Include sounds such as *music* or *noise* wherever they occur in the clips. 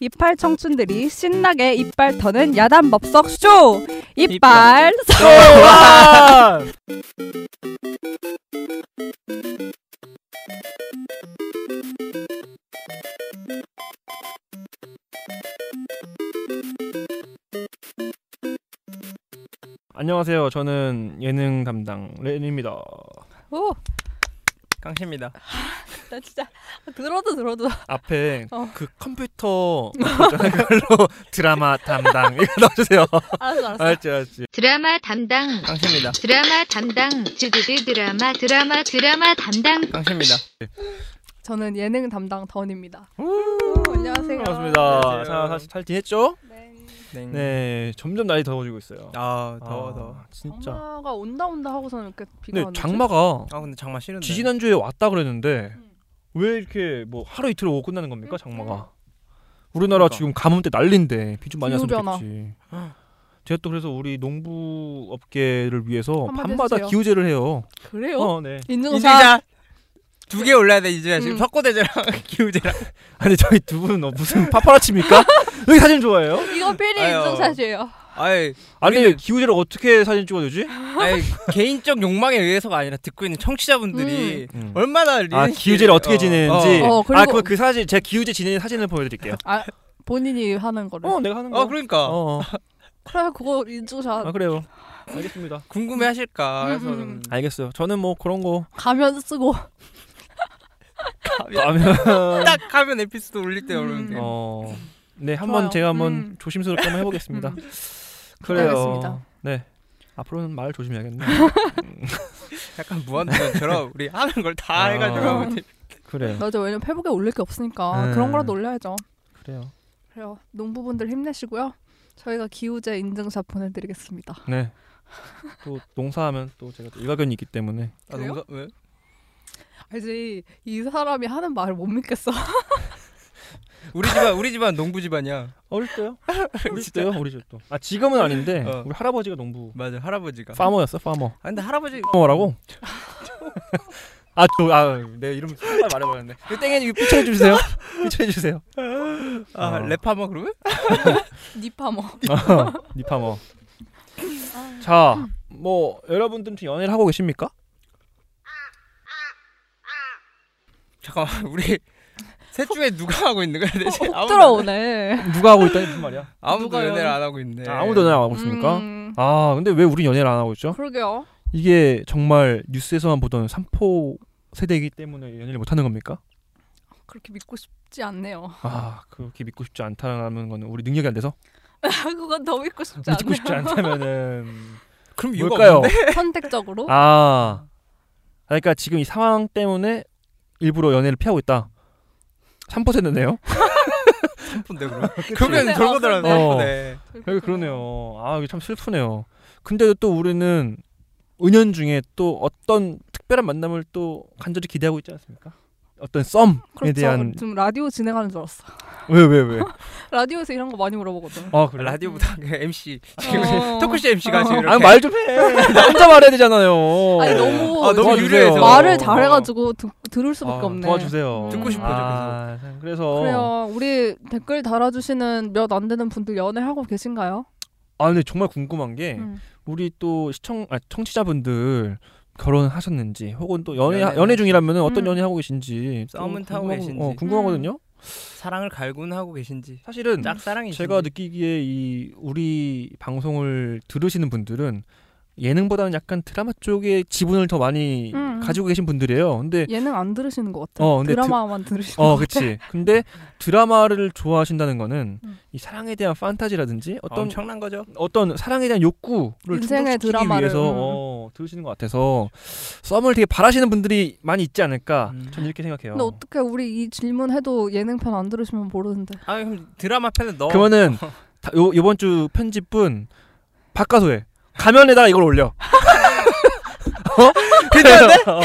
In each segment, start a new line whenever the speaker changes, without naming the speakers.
이빨 청춘들이 신나게 이빨 터는 야단 법석 쇼 이빨
네. 소환! 안녕하세요. 저는 예능 담당 렌입니다.
오나
깡씨입니다.
진짜 들어도 들어도
앞에
어.
그 컴퓨터 있잖아요. 그걸로 *laughs* 드라마 담당 이거
*laughs*
넣어주세요.
알았어 알았어
알지 알지.
드라마 담당
깡패입니다.
드라마 담당 즈드드 드라마 드라마 드라마 담당
깡패입니다.
저는 예능 담당 던입니다
우!
안녕하세요.
반갑습니다. 자,
네. 안녕하세요.
사실 잘 지냈죠?
네.
네, 점점 날이 더워지고 있어요.
아 더워
아,
더워.
진짜.
장마가 온다 온다 하고서는 이렇게 비가
근데
왔는데
네, 장마가
아 근데 장마 싫은데.
지지난 주에 왔다 그랬는데
음.
왜 이렇게 뭐 하루 이틀 오고 끝나는 겁니까 장마가? 우리나라
그러니까.
지금 가뭄 때 난린데 비 좀 많이 왔으면
기후변화.
좋겠지. 제가 또 그래서 우리 농부 업계를 위해서
한마디
밤마다
해주세요.
기후제를 해요.
그래요?
어, 네.
인증샷
인증샷 두개 올라야 돼 이제 지금
음.
석고대제랑 *laughs* 기우제랑.
아니 저희 두 분은 어, 무슨 파파라치입니까? 여기 사진 좋아해요?
이거 필히
아유.
인증샷이에요
아이
아니
우리는-
기후제를 어떻게 사진 찍어주지?
아이 개인적 욕망에 의해서가 아니라 듣고 있는 청취자분들이
음.
얼마나 리는
아 기우제를 어떻게 지내는지.
어, 그리고-
아 그럼 그 사진 제가 기우제 지내는 사진을 보여드릴게요.
아 본인이 하는 거를
어 내가 하는
어,
거.
그러니까
어, 어.
그래 그거 인증샷
아 그래요. 알겠습니다.
궁금해하실까 해서
음,
좀
알겠어요. 저는 뭐 그런 거
가면 쓰고
*laughs*
가면
딱 가면 에피소드 올릴 때 올리면 돼. 요
어. 네,
좋아요.
한번 제가 한번
음.
조심스럽게 한번 해보겠습니다.
음.
*laughs* 그래요.
부탁하겠습니다.
네. 앞으로는 말 조심해야겠네.
약간 무한도전처럼 우리 하는 걸 다
아.
해가지고 하면 돼.
그래요.
맞아 왜냐면 페북에 올릴 게 없으니까
음.
그런 거라도 올려야죠
그래요.
그래요. 농부분들 힘내시고요. 저희가 기후제 인증샷 보내드리겠습니다.
네. 또 농사하면 또 제가 또 일가견이 있기 때문에
아,
그래요?
농사- 왜?
알지? 이 사람이 하는 말을 못 믿겠어. *laughs*
우리 집안 우리 집안 농부 집안이야.
어릴 때요? 어릴 때요? 어릴 때 또. 아 지금은 아닌데
어.
우리 할아버지가 농부
맞아 할아버지가.
파머였어 파머.
아, 근데 할아버지
파머라고? 아저아내 네, 이름 정말 말해버렸네. 이거 땡이 이거 삐쳐해 주세요. 삐쳐해 주세요.
아,
어.
랩하면 그러면?
*laughs* 니파머.
어, 니파머. 자, 뭐 여러분들은 지금 연애를 하고 계십니까?
잠깐만 우리 *laughs* 셋 중에 누가 하고 있는 거야 대체?
훅
아무도
들어오네.
누가 하고 있다니 무슨 말이야?
안- 아무도
어, 누가요?
연애를 안 하고 있네.
아, 아무도 연애 안 하고 있습니까?
음,
아, 근데 왜 우린 연애를 안 하고 있죠?
그러게요.
이게 정말 뉴스에서만 보던 삼포 세대이기 때문에 연애를 못 하는 겁니까?
그렇게 믿고 싶지 *laughs* 않네요.
아, 그렇게 믿고 싶지 않다는 건 우리 능력이 안 돼서
아, 그건 더 믿고 싶지
믿고 싶지
않네요.
*laughs* 않다면은
그럼 이유가
뭘까요?
없는데? *laughs*
선택적으로.
아, 그러니까 지금 이 상황 때문에 일부러 연애를 피하고 있다. 3%네요.
삼푼데 그럼.
네,
그러면
어,
돌고 들어는
아, 그러네.
삼푼데.
그렇죠.
여기 그러네요. 아 이게 참 슬프네요. 근데도 또 우리는 은연 중에 또 어떤 특별한 만남을 또 간절히 기대하고 있지 않습니까? 어떤 썸에
그렇죠.
대한
지금 라디오 진행하는 줄 알았어.
왜 왜 왜?
*laughs* 라디오에서 이런 거 많이 물어보거든.
아 그래.
라디오보다 그 MC 지금
음. 어.
*laughs* 토크쇼 MC가 지금 이렇게.
아말 좀 해. *laughs* 나 혼자 말해야 되잖아요.
아니 너무
아, 너무
도와주세요.
유리해서
말을 잘해가지고 듣- 들을 수밖에
어. 아,
없네.
도와주세요.
듣고
싶어요,
아, 참, 그래서.
그래요. 우리 댓글 달아주시는 몇 안 되는 분들 연애하고 계신가요?
아 근데 정말 궁금한 게
음.
우리 또 시청 아, 청취자분들 결혼하셨는지 혹은 또 연애
연애는-
연애 중이라면 어떤
음.
연애 하고 계신지 또
썸은 타고
궁금하고-
계신지. 음.
어, 궁금하거든요.
사랑을 갈구하고 계신지
사실은
짝사랑이지.
음. 제가 느끼기에 이 우리 방송을 들으시는 분들은 예능보다는 약간 드라마 쪽에 지분을 더 많이
음.
가지고 계신 분들이에요. 근데
예능 안 들으시는 것 같아요.
어, 근데
드라마만 들으시는
어,
것 같아요.
그치. 근데 드라마를 좋아하신다는 거는
음.
이 사랑에 대한 판타지라든지
어떤
어떤
엄청난 거죠.
어떤 사랑에 대한 욕구를
인생의
충족시키기
드라마를,
위해서
음.
어, 들으시는 것 같아서 썸을 되게 바라시는 분들이 많이 있지 않을까.
음.
전 이렇게 생각해요.
근데 어떻게 우리 이 질문해도 예능편 안 들으시면 모르는데.
아 그럼 드라마 편에 넣어.
그러면은 다, 요 이번 주 편집분 바꿔서 해. 가면에다가 이걸 올려. *laughs* 어? 괜찮은데? *laughs* 어.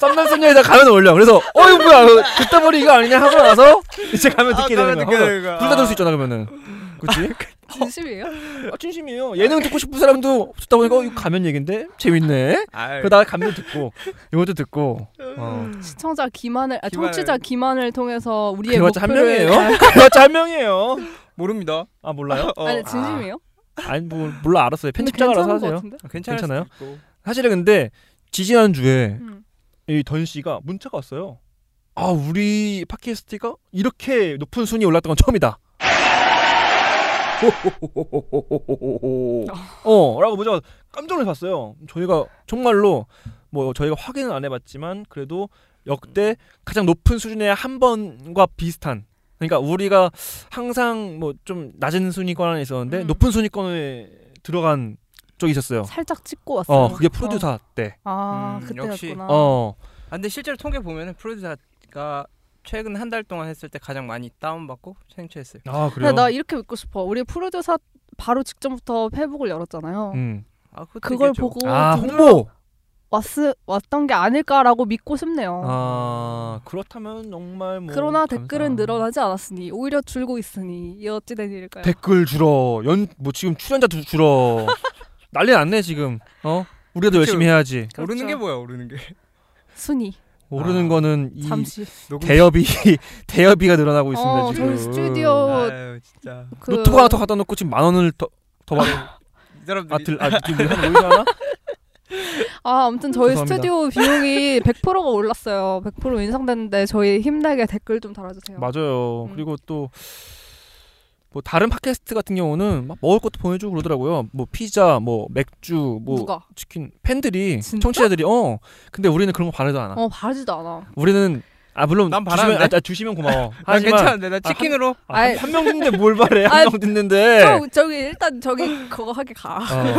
썸남 썸녀에다 가면을 올려. 그래서 어 이거 뭐야? 이거 듣다 보니 이거 아니냐 하고 나서 이제 가면 어, 듣게 되는 거야.
듣게 되는 거야.
둘다 들을 수 있잖아 그러면은. 그렇지?
*laughs* 진심이에요?
아, 진심이에요. 예능 듣고 싶은 사람도 듣다 보니까 어, 이거 가면 얘긴데 재밌네.
아유,
그러다가 가면 듣고 이것도 듣고. 어.
시청자 기만을 아,
기만을.
청취자 기만을 통해서 우리의
그래봤자 한
목표를
명이에요. *laughs*
*laughs*
그래봤자 한 명이에요.
모릅니다.
아 몰라요?
어,
아니 진심이에요?
아니 뭐 몰라 알았어요.
근데
편집자가라서
괜찮은 것
하세요.
같은데?
아, 괜찮을
괜찮아요?
수도 있고.
사실은 근데 지지난 주에
음.
이 던 씨가 문자가 왔어요. 아 우리 팟캐스트가 이렇게 높은 순위 올랐던 건 처음이다. *laughs* 어라고 문자가 깜짝 놀랐어요. 저희가 정말로 뭐 저희가 확인은 안 해봤지만 그래도 역대 가장 높은 수준의 한 번과 비슷한. 그러니까 우리가 항상 뭐 좀 낮은 순위권에 있었는데
음.
높은 순위권에 들어간 적이 있었어요.
살짝 찍고 왔어요.
어 그게 프로듀서 때.
아
음, 역시.
그때였구나.
어.
아, 근데 실제로 통계 보면은 프로듀서가 최근 한 달 동안 했을 때 가장 많이 다운받고 생체했어요.
아
근데
그래요.
나 이렇게 믿고 싶어. 우리 프로듀서 바로 직전부터 페북을 열었잖아요.
음.
아, 그것도
그걸
있겠죠.
보고
아
들어-
홍보.
왔으, 왔던 게 아닐까라고 믿고 싶네요.
아 그렇다면 정말 뭐.
그러나
감사-
댓글은 늘어나지 않았으니 오히려 줄고 있으니 이 어찌 된 일일까요?
댓글 줄어. 연 뭐 지금 출연자 도 줄어. *laughs* 난리 났네 지금. 어? 우리도 열심히 해야지.
오르는
그렇죠.
게 뭐야, 오르는 *laughs* 게.
순위
모르는 거는 이 *laughs*
잠시.
녹음-
대여비 대여비가 늘어나고 있습니다
어,
지금. 음.
저희 스튜디오
아유, 진짜.
그
노트북 하나 더 갖다 놓고 지금 만 원을 더더 받.
이 사람들이
아들
네.
아 지금 한
*laughs*
5 하나?
아, 아무튼 저희
죄송합니다.
스튜디오
*laughs*
비용이 100%가 올랐어요. 100% 인상됐는데 저희 힘나게 댓글 좀 달아주세요.
맞아요.
음.
그리고 또 뭐 다른 팟캐스트 같은 경우는 막 먹을 것도 보내주고 그러더라고요. 뭐 피자, 뭐 맥주, 뭐
누가?
치킨 팬들이
진짜?
청취자들이 어 근데 우리는 그런 거 바라지 않아.
어, 바르지도 않아.
우리는 아 물론
난
주시면 아,
바라는데?
아, 주시면
*laughs*
고마워.
난
하지만
괜찮은데 나 치킨으로
아,
아이.
한명 듣는데 뭘 바래? 한
아이,
명 듣는데
저, 저기 일단
*laughs*
저기 그거 하게
아,
가.
어,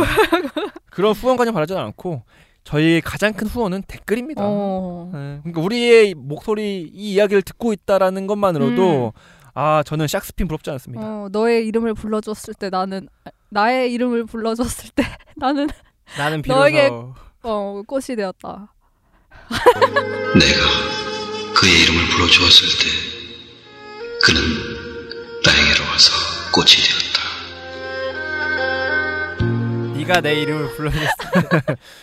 그런 후원까지 바라지 않고 저희의 가장 큰 후원은 댓글입니다.
*laughs* 어.
네, 그러니까 우리의 목소리 이 이야기를 듣고 있다라는 것만으로도 아 저는 샥스핀 부럽지 않습니다.
음. 어, 너의 이름을 불러줬을 때 나는 나의 이름을 불러줬을 때 *laughs* 나는
나는
비로소- 너에게- 어, 꽃이
*laughs*
되었다.
내가 그의 이름을 불러주었을 때 그는 나에게로 와서 꽃이 되었다.
네가 내 이름을 불러줬어.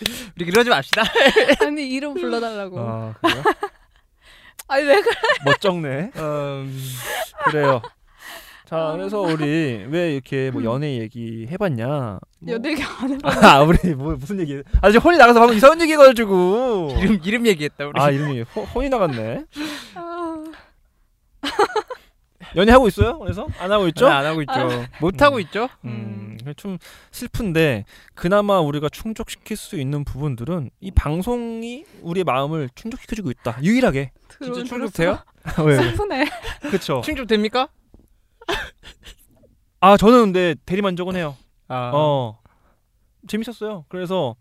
*laughs* 우리 그러지 *laughs* 맙시다.
아니 이름 불러달라고.
아 그래요?
아니 왜 그래?
멋쩍네.
음,
그래요. 자 그래서 우리 왜 이렇게 뭐 연애 얘기 해봤냐? 뭐
음. 연예계 안 해봐.
아 우리 뭐 무슨 얘기? 아 지금 혼이 나가서 방금 이상한 얘기해가지고.
이름 이름 얘기했다 우리.
아 이름이 호, 혼이 나갔네.
아,
연애 하고 있어요? 그래서 네, 안 하고 있죠? 아,
안 하고 있죠. 예. 못 하고 있죠.
음, 그게 좀 슬픈데 그나마 우리가 충족시킬 수 있는 부분들은 이 방송이 우리의 마음을 충족시켜주고 있다. 유일하게.
들어온
진짜
들었어.
충족돼요?
아, 왜?
슬프네.
*laughs* 그렇죠.
충족 됩니까?
아 저는 근데 대리만족은 해요.
아,
어 재밌었어요. 그래서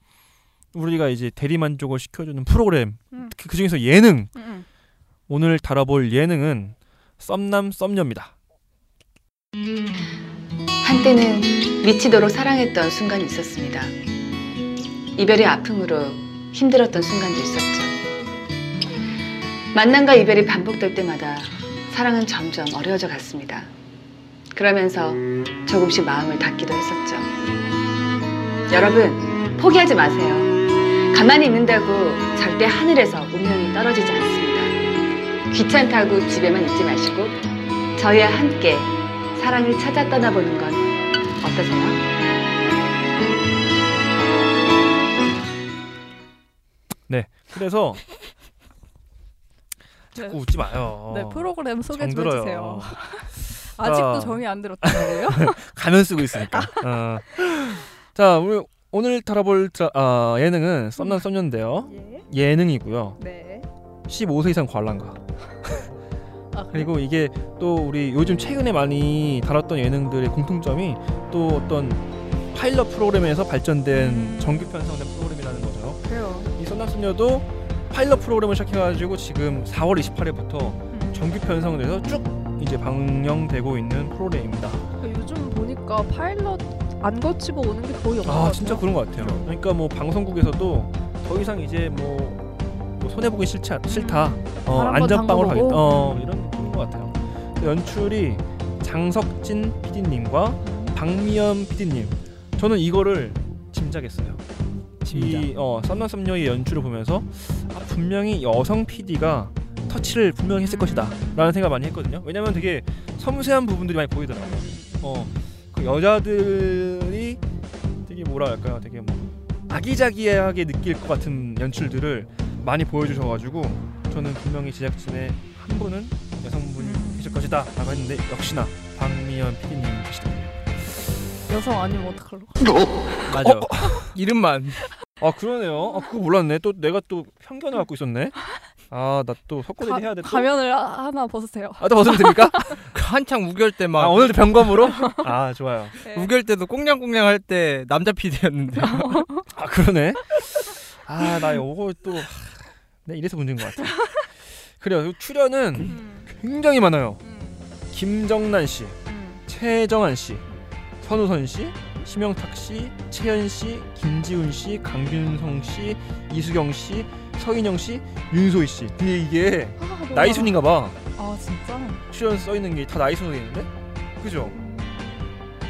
우리가 이제 대리만족을 시켜주는 프로그램
음.
특히 그 중에서 예능
음.
오늘 다뤄볼 예능은 썸남 썸녀입니다.
한때는 미치도록 사랑했던 순간이 있었습니다. 이별의 아픔으로 힘들었던 순간도 있었죠. 만남과 이별이 반복될 때마다 사랑은 점점 어려워져 갔습니다. 그러면서 조금씩 마음을 닫기도 했었죠. 여러분, 포기하지 마세요. 가만히 있는다고 절대 하늘에서 운명이 떨어지지 않습니다. 귀찮다고 집에만 있지 마시고 저희와 함께 사랑을 찾아 떠나보는 건 어떠세요?
그래서
*laughs*
자꾸 웃지 마요.
네 프로그램 소개 좀
정들어요.
해주세요. 아직도 정이 안
*laughs*
들었다고요?
가면 쓰고
*laughs*
있으니까. 어. 자 우리 오늘 다뤄볼 드라- 아, 예능은 썸남 썸녀인데요.
예.
예능이고요.
네.
15세 이상 관람가.
*laughs* 아, 그리고
그리고 이게 또 우리 요즘 최근에 많이 다뤘던 예능들의 공통점이 또 어떤 파일럿 프로그램에서
음.
발전된 정규 편성된 프로그램이라는 거죠.
그래요.
이 썸남스녀도 파일럿 프로그램을 시작해가지고 지금 4월 28일부터
음.
정규 편성돼서 쭉 이제 방영되고 있는 프로그램입니다.
요즘 보니까 파일럿 안 거치고 오는 게 거의 없는 것
아
같아요.
진짜 그런 것
그렇죠.
같아요. 그러니까 뭐 방송국에서도 더 이상 이제 뭐, 뭐 손해 보기 싫지 않- 싫다. 어,
바람 음, 한번
안전빵으로 가겠다.
담궈보고.
뭐
음.
어, 이런 느낌인 것 같아요. 연출이 장석진 PD님과 박미연 PD님, 저는 이거를 짐작했어요.
짐작.
이 어, 썸남썸녀의 연출을 보면서 아, 분명히 여성 PD가 터치를 분명히 했을 것이다라는 생각 많이 했거든요. 왜냐면 되게 섬세한 부분들이 많이 보이더라고요. 어, 그 여자들이 되게 뭐랄까요, 되게 뭐 아기자기하게 느낄 것 같은 연출들을 많이 보여주셔가지고 저는 분명히 제작진의 한 분은 여성분이 계실 것이다라고 했는데 역시나 박미연 PD님 계시더라고요.
여성 아니면 어떡할로?
맞아. 이름만.
아 그러네요. 아 그거 몰랐네. 또 내가 또 편견을 갖고 있었네. 아 나 또 석고대비 해야 돼. 또?
가면을 하- 하나 벗으세요.
아또 벗으면 됩니까?
*laughs* 그 한창 우결 때 막
아 오늘도 병검으로? *laughs* 아 좋아요.
우결 때도 꽁냥꽁냥 할 때 남자 PD였는데
아 그러네. 아 나 요거 또 하, 네, 이래서 문제인 것 같아. 그래요. 요 출연은
음,
굉장히 많아요. 김정난 씨,
음.
최정한 씨, 선우선 씨, 심영탁 씨, 채연 씨, 김지훈 씨, 강균성 씨, 이수경 씨, 서인영 씨, 윤소희 씨. 근데 이게 나이 순인가 봐.
아 진짜?
출연 써 있는 게 다 나이 순으로 돼 있는데, 그죠?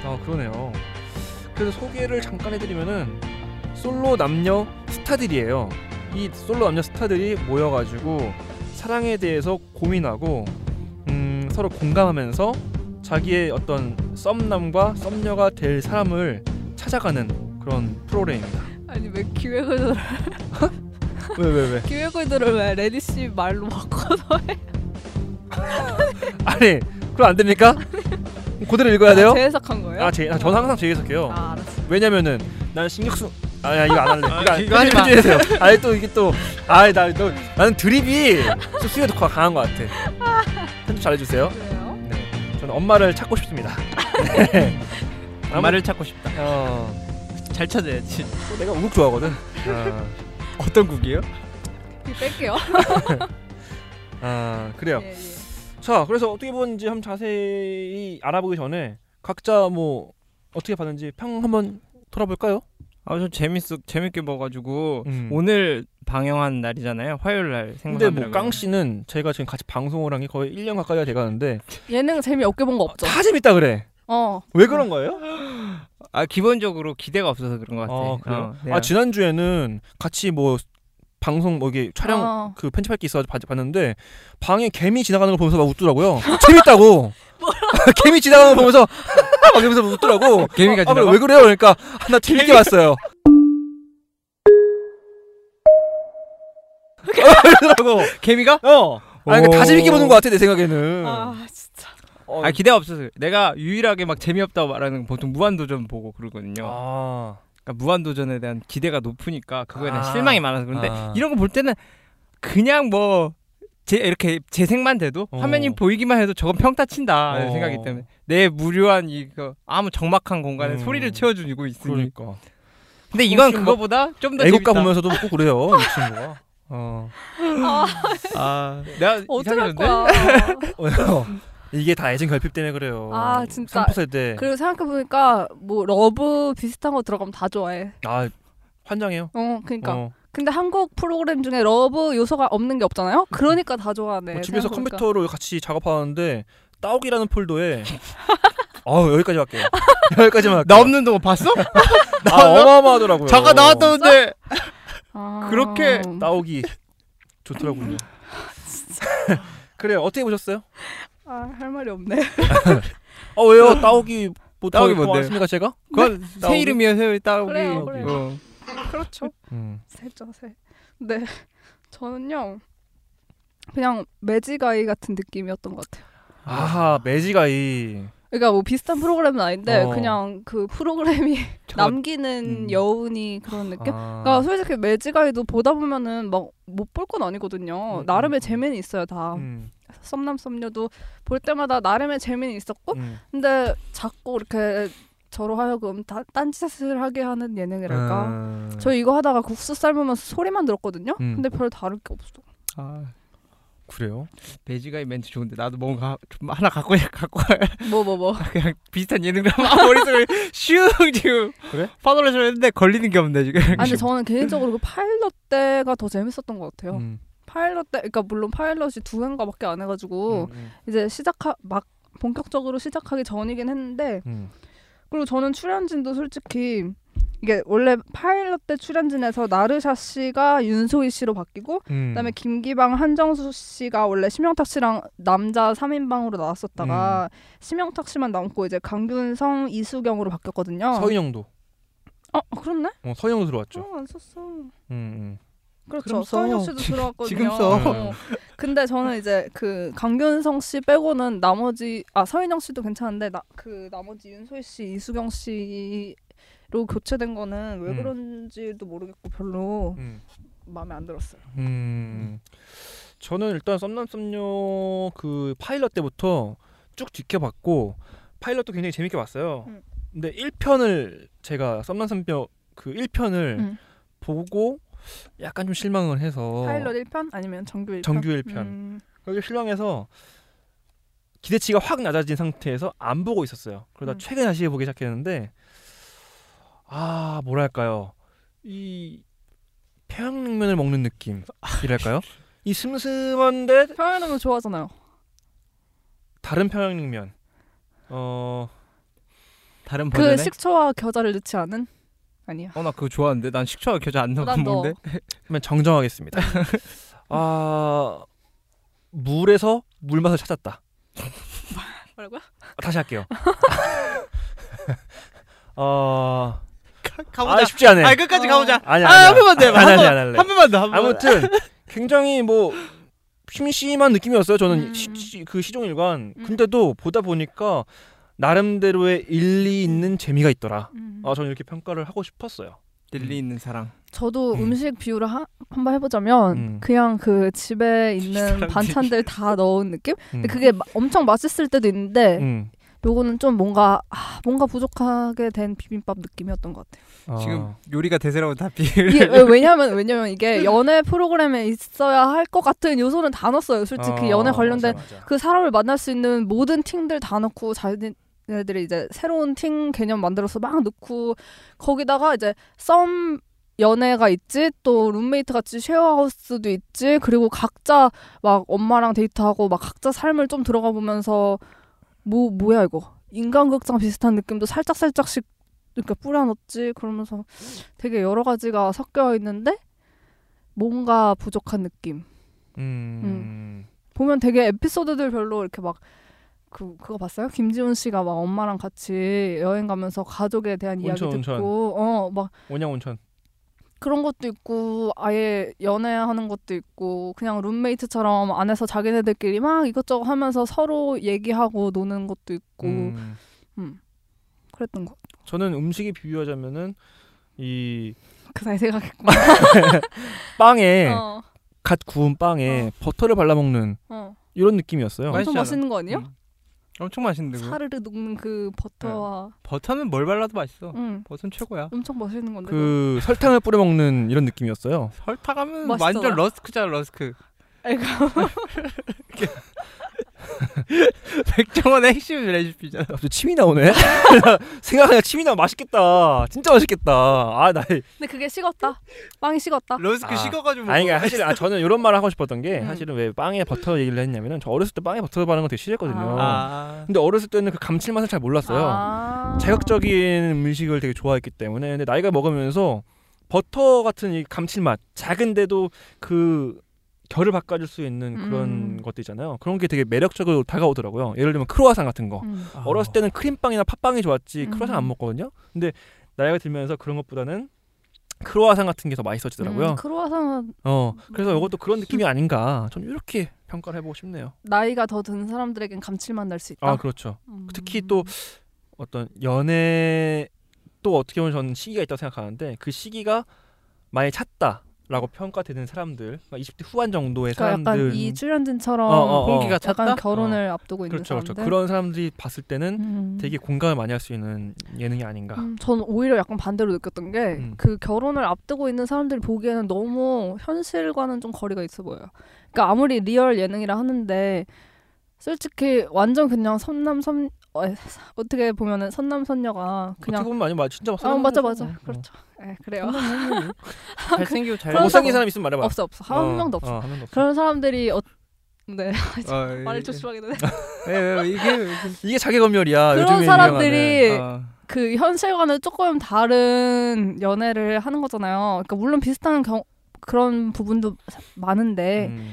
아 그러네요. 그래서 소개를 잠깐 해드리면은 솔로 남녀 스타들이에요. 이 솔로 남녀 스타들이 모여가지고 사랑에 대해서 고민하고 음, 서로 공감하면서 자기의 어떤 썸남과 썸녀가 될 사람을 찾아가는 그런 프로그램입니다.
아니 왜 기획을 *laughs*
왜 왜 왜?
기획을들을 왜 레디 씨 말로 바꿔서 해?
*laughs* 아니 그럼 안 됩니까? 그대로 읽어야 돼요?
재해석한 거예요?
아, 제, 아, 저는 항상 제 해석해요.
아 알았어.
왜냐면은 난 신경 쓰 아야 이거 안 할래. 그러니까
아, 이거 하지 마.
해주세요. 아니 또 이게 또 아이 나너 나는 드립이 수수가 더 강한 것 같아. 편집 잘해주세요.
그래요?
네, 저는 엄마를 찾고 싶습니다.
*laughs*
네. 아무-
그 말을 찾고 싶다.
어,
잘 찾아야지.
또 내가 우국 좋아하거든. 아,
어떤 곡이에요?
이거 뺄게요.
아 그래요.
예, 예.
자 그래서 어떻게 보는지 한번 자세히 알아보기 전에 각자 뭐 어떻게 봤는지 평 한번 돌아볼까요?
아저 재밌어 재밌게 봐가지고
음.
오늘 방영한 날이잖아요. 화요일 날
근데
생방하더라고요.
뭐깡 씨는 저희가 지금 같이 방송을 한 게 거의 1년 가까이가 돼가는데
예능 재미 없게 본 거 없죠?
다 아, 재밌다 그래.
어.
왜 그런 거예요?
아 기본적으로 기대가 없어서 그런 것 같아.
어, 그래요?
네.
아 지난주에는 같이 뭐 방송 뭐 이게 촬영
어.
그 편집할 게 있어서 봤는데 방에 개미 지나가는 걸 보면서 막 웃더라고요. *laughs* 재밌다고. *laughs* 개미 지나가는 걸 보면서 막 이러면서 막 웃더라고.
개미가
아,
지나가?
왜 그래요? 그러니까 아, 나 재밌게 봤어요. 그러더라고.
개미가?
*laughs* 어. 아니 그러니까 다
오.
재밌게 보는 것 같아 내 생각에는.
아 진짜.
어,
아 기대가 없어서 내가 유일하게 막 재미없다고 말하는 건 보통 무한도전 보고 그러거든요.
아.
그러니까 무한도전에 대한 기대가 높으니까 그거에 대한
아.
실망이 많아서 그런데
아.
이런 거 볼 때는 그냥 뭐 제, 이렇게 재생만 돼도
어.
화면이 보이기만 해도 저건 평타 친다 이런
어.
생각이기 때문에 내 무료한 이거 아무 적막한 공간에
음.
소리를 채워주고 있으니
그러니까.
근데 이건
혹시 뭐
그거보다 좀 더
애국가
재밌다
보면서도 웃고 그래요 이 친구가. 어.
아 내가
어떡할
이상해졌네
거야.
왜요? 어, *laughs* 이게 다 애증 결핍 때문에 그래요.
아, 진짜.
3%대.
그리고 생각해 보니까 뭐 러브 비슷한 거 들어가면 다 좋아해.
아 환장해요.
어, 그러니까.
어.
근데 한국 프로그램 중에 러브 요소가 없는 게 없잖아요. 그러니까 다 좋아하네.
뭐 집에서
생각해보니까.
컴퓨터로 같이 작업하는데 따옥이라는 폴더에 *laughs* 아 여기까지 할게요. 여기까지만 할게요.
나 없는 동안 봤어?
아, 어마어마하더라고요.
잠깐 나왔다는데
아.
그렇게
따옥이
*laughs*
좋더라고요. *laughs* 그래요. 어떻게 보셨어요?
아, 할 말이
*laughs*
없네.
아 왜요? 따옥이 뭐
따옥이
더
뭔데?
네,
고맙습니까 제가?
그건 새
나오기?
이름이에요 새 따오기
그래요, 그래요.
어.
그렇죠.
음.
세죠, 세. 네. 저는요. 그냥 매지가이 같은 느낌이었던 것 같아요.
아하 매지가이.
그러니까 뭐 비슷한 프로그램은 아닌데
어.
그냥 그 프로그램이
저-
*laughs* 남기는
음.
여운이 그런 느낌? 그러니까
아,
솔직히 매지가이도 보다 보면은 막 못 볼 건 아니거든요.
음,
나름의
음.
재미는 있어요 다.
음,
썸남 썸녀도 볼 때마다 나름의 재미는 있었고
음.
근데 자꾸 이렇게 저로 하여금 다, 딴짓을 하게 하는 예능이랄까.
음.
저 이거 하다가 국수 삶으면서 소리만 들었거든요.
음.
근데 별 다를 게 없어.
아,
그래요?
배지가 이 멘트 좋은데 나도 뭔가 좀 하나 갖고 *laughs* 갖고 갈
뭐 뭐 뭐.
그냥 비슷한 예능들 막 머릿속에 *laughs* 슝 지금 *laughs*
그래?
파도를 했는데 걸리는 게 없네 지금.
아니 저는 개인적으로 그 파일럿 때가 더 재밌었던 것 같아요.
음,
파일럿 때, 그러니까 물론 파일럿이 두 회인가밖에 안 해가지고
음,
이제 시작하 막 본격적으로 시작하기 전이긴 했는데
음.
그리고 저는 출연진도 솔직히 이게 원래 파일럿 때 출연진에서 나르샤 씨가 윤소희 씨로 바뀌고
음.
그다음에 김기방 한정수 씨가 원래 심영탁 씨랑 남자 3인방으로 나왔었다가
음.
심영탁 씨만 남고 이제 강균성 이수경으로 바뀌었거든요.
서인영도
어 그렇네.
어, 서인영도 들어왔죠.
그런 안 썼어.
음,
그렇죠.
그럼 써.
서인영 씨도
지-
들어왔거든요.
지금 써.
어. 근데 저는 이제 그 강균성 씨 빼고는 나머지 아 서인영 씨도 괜찮은데 나 그 나머지 윤소희 씨, 이수경 씨로 교체된 거는 왜
음.
그런지도 모르겠고 별로
음, 음.
마음에 안 들었어요.
음. 저는 일단 썸남썸녀 그 파일럿 때부터 쭉 지켜봤고 파일럿도 굉장히 재밌게 봤어요.
음.
근데 1편을 제가 썸남썸녀 그 1편을
음.
보고 약간 좀 실망을
뭐.
해서
파일럿 1편 아니면 정규 1편?
정규 1편.
음.
그게 실망해서 기대치가 확 낮아진 상태에서 안 보고 있었어요. 그러다
음.
최근에 다시 보기 시작했는데 아 뭐랄까요 이 평양냉면을
*laughs*
먹는 느낌이랄까요? 이 슴슴한데
평양냉면 좋아하잖아요.
음.
다른 평양냉면 어
*laughs* 다른
그
버전에?
식초와 겨자를 넣지 않은 아니야.
어 나 그거 좋아하는데 난 식초와 겨자 안 넣고
난 넣어.
먹는데
*laughs*
그러면 정정하겠습니다. 아 물에서 물 맛을 찾았다.
*laughs*
아,
뭐라고요? *laughs*
다시 할게요. *laughs* 어,
*laughs* 가보자
아 쉽지 않네.
아 끝까지 가보자
아니
아, 한
아니.
번만 더 해봐.
안
한
할래,
번,
안 할래.
한 번만 더. 한
*laughs*
번.
아무튼 굉장히 뭐 심심한 느낌이었어요. 저는
음.
시, 시- 그 시종일관.
음.
근데도 보다 보니까 나름대로의 일리 있는 재미가 있더라.
음.
어.
아, 저는 이렇게 평가를 하고 싶었어요.
릴리 있는 사랑.
저도
음.
음. 식 비유를 하- 한번 해보자면
음.
그냥 그 집에 있는
*laughs* 사람들이-
반찬들
*laughs*
다 넣은 느낌?
음.
근데 그게 마- 엄청 맛있을 때도 있는데
음.
요거는 좀 뭔가 아, 뭔가 부족하게 된 비빔밥 느낌이었던 것 같아요.
아.
지금 요리가 대세라고 다 비를. *laughs*
이게 왜냐면 왜냐면 이게 연애 프로그램에 있어야 할 것 같은 요소는 다 넣었어요. 솔직히
아,
연애 관련된
맞아, 맞아.
그 사람을 만날 수 있는 모든 팀들 다 넣고 자기네들이 이제 새로운 팀 개념 만들어서 막 넣고 거기다가 이제 썸 연애가 있지 또 룸메이트 같이 쉐어하우스도 있지 그리고 각자 막 엄마랑 데이트하고 막 각자 삶을 좀 들어가 보면서 뭐 뭐야 이거 인간극장 비슷한 느낌도 살짝 살짝씩 그러니까 뿌려넣지 그러면서 되게 여러 가지가 섞여 있는데 뭔가 부족한 느낌
음.
보면 되게 에피소드들 별로 이렇게 막 그, 그거 봤어요? 김지훈 씨가 막 엄마랑 같이 여행 가면서 가족에 대한 이야기
온천, 온천.
듣고 어 막
원양 온천.
그런 것도 있고 아예 연애하는 것도 있고 그냥 룸메이트처럼 안에서 자기네들끼리 막 이것저것 하면서 서로 얘기하고 노는 것도 있고
음.
그랬던 거. *laughs*
저는 음식이 비유하자면은 이
그 사이 생각했구나.
빵에
어,
갓 구운 빵에 버터를 발라 먹는
어.
이런 느낌이었어요.
맛있-
엄청
맛있잖아.
맛있는 거 아니에요?
음. 엄청 맛있는데 그거.
사르르 녹는 그 버터와
버터는 뭘 발라도 맛있어.
응.
버터는 최고야.
엄청 맛있는 건데.
네. 그 설탕을 뿌려 먹는 이런 느낌이었어요.
설탕하면
맛있어.
완전 러스크잖아 러스크.
아이고.
*laughs* 백종원의 핵심 레시피잖아.
갑자기 침이 나오네. *laughs* 생각하니까 침이 나. 맛있겠다. 진짜 맛있겠다. 아 나.
근데 그게 식었다. 빵이 식었다.
러스크
아.
식어가지고.
아니 그러니까 사실 아, 저는 이런 말을 하고 싶었던 게
뭐 음.
사실은 왜 빵에 버터 얘기를 했냐면은 저 어렸을 때 빵에 버터 바르는 거 되게 싫었거든요.
아.
근데 어렸을 때는 그 감칠맛을 잘 몰랐어요.
아.
자극적인 음식을 되게 좋아했기 때문에 근데 나이가 먹으면서 버터 같은 이 감칠맛 작은데도 그 결을 바꿔줄 수 있는 그런
음.
것들이잖아요. 그런 게 되게 매력적으로 다가오더라고요. 예를 들면 크로아상 같은 거.
음.
아.
어렸을 때는 크림빵이나 팥빵이 좋았지
음.
크로아상 안 먹거든요. 근데 나이가 들면서 그런 것보다는 크로아상 같은 게 더 맛있어지더라고요.
음, 크로아상은
어, 그래서 이것도 그런 느낌이 아닌가. 좀 이렇게 평가를 해보고 싶네요.
나이가 더 든 사람들에겐 감칠맛 날 수 있다.
아, 그렇죠.
음.
특히 또 어떤 연애 또 어떻게 보면 저는 시기가 있다고 생각하는데 그 시기가 많이 찼다라고 평가되는 사람들, 그러니까 20대 후반 정도의
그러니까
사람들,
약간 이 출연진처럼
어, 어, 어.
공기가 찼다.
약간 결혼을 앞두고 있는
그렇죠, 그렇죠.
사람들.
그런 사람들이 봤을 때는
음.
되게 공감을 많이 할 수 있는 예능이 아닌가.
음, 전 오히려 약간 반대로 느꼈던 게
음.
그 결혼을 앞두고 있는 사람들이 보기에는 너무 현실과는 좀 거리가 있어 보여요. 그러니까 아무리 리얼 예능이라 하는데 솔직히 완전 그냥 선남 선 어, 어떻게 보면은 선남 선녀가
어떻게
그냥
보면 네, 어. 많이 맞, 진짜 막
아 맞아
사랑하는
맞아
거죠.
그렇죠. 예, 그래요.
잘생기고 잘.
어.
그런 사람-
못생긴 사람 있으면
*laughs*
말해봐.
없어 없어 한
어,
명도 없어.
어, 한 명도 없어.
그런 사람들이 어... 네
어,
*laughs* 말을
이게-
조심하게 되네.
예, 예, 이게
이게 자기 검열이야.
그런
요즘에
사람들이
유명하는.
어.
그 현실과는 조금 다른 연애를 하는 거잖아요. 그러니까 물론 비슷한 경, 그런 부분도 많은데
음.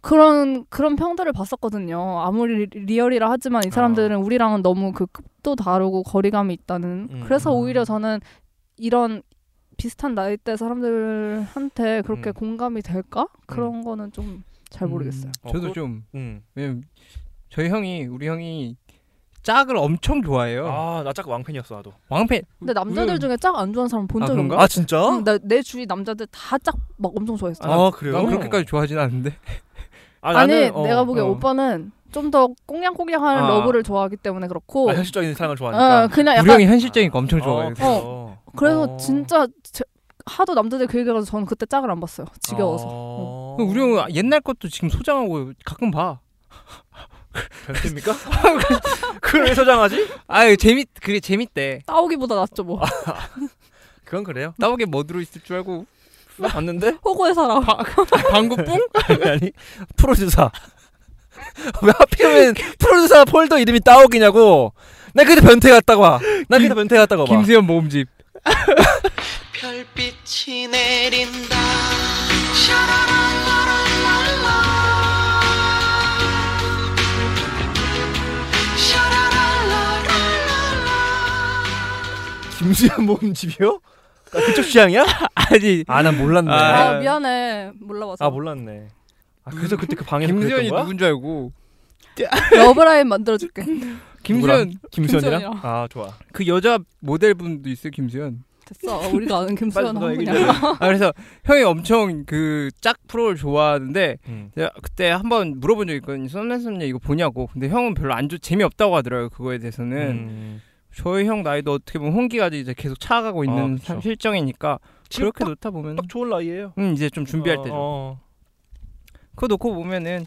그런 그런 평들을 봤었거든요. 아무리 리- 리얼이라 하지만 이 사람들은 우리랑은 너무 그 급도 다르고 거리감이 있다는.
음.
그래서 오히려 저는 이런 비슷한 나이대 사람들한테 그렇게
음.
공감이 될까? 그런 거는 좀 잘 모르겠어요.
어,
저도
그-
좀
음.
왜냐면 저희 형이 우리 형이 짝을 엄청
음.
좋아해요.
아나 짝 왕팬이었어 나도.
왕팬.
근데 남자들
우리-
중에 짝 안 좋아하는 사람 본
아,
적이
그런가?
없나?
아 진짜?
음, 나내 주위 남자들 다 짝 막 엄청 좋아했어.
아,
그래요?
난 그렇게까지 좋아하진 않는데.
아,
아니
나는, 어,
내가 보기에
어.
오빠는 좀 더 꽁냥꽁냥하는
아.
러브를 좋아하기 때문에 그렇고
아, 현실적인 사랑을 좋아하니까.
어, 그냥
우리
약간
형이 현실적인 거 엄청 좋아해요.
아, 어.
그래서 진짜 제- 하도 남자들 그 얘기를 해서 저는 그때 짝을 안 봤어요 지겨워서
어.
우리 형은 옛날 것도 지금 소장하고 가끔 봐.
변태입니까? *laughs* 그걸 왜 소장하지?
아 재밌 그게 재밌대.
싸우기보다 낫죠
아.
뭐
그건 그래요.
나오게 뭐 들어있을 줄 알고
나 봤는데
호구의 사람
아,
방구뿡?
*laughs* 아니, 아니 *laughs* 프로듀사 왜 하필이면 프로듀사 폴더 이름이 따옥이냐고 난 그때 변태 같다고 봐난 그때 변태 같다고 봐
김수현 모음집.
별빛이 내린다 샤라랄라랄랄라 샤라랄라랄라
김수현 모음집이요? 나 그쪽 취향이야?
아니
아 난 몰랐네
아
아,
네.
미안해 몰라봐서
몰랐네 아 그래서 그때 그 방에서
김수현이
그랬던 거야?
누군 줄 알고.
러브라인 만들어줄게
김수현
김수현이랑?
김수현이랑.
아 좋아
그 여자 모델분도 있어요 김수현.
됐어 우리가 아는
빨리
김수현
누나
한
얘기
분이야
좀
아 그래서 형이 엄청 그 짝 프로를 좋아하는데
음.
제가 그때 한번 물어본 적이 있거든요. 썸네썸네 이거 보냐고. 근데 형은 별로 안 좋, 재미없다고 하더라고요. 그거에 대해서는.
음.
저희 형 나이도 어떻게 보면 홍기까지 이제 계속 차가고
아,
있는
그쵸.
사- 실정이니까
지금
그렇게 놓다 보면
딱 좋은 나이에요
음, 이제 좀 준비할 때죠.
어,
그거 놓고 보면은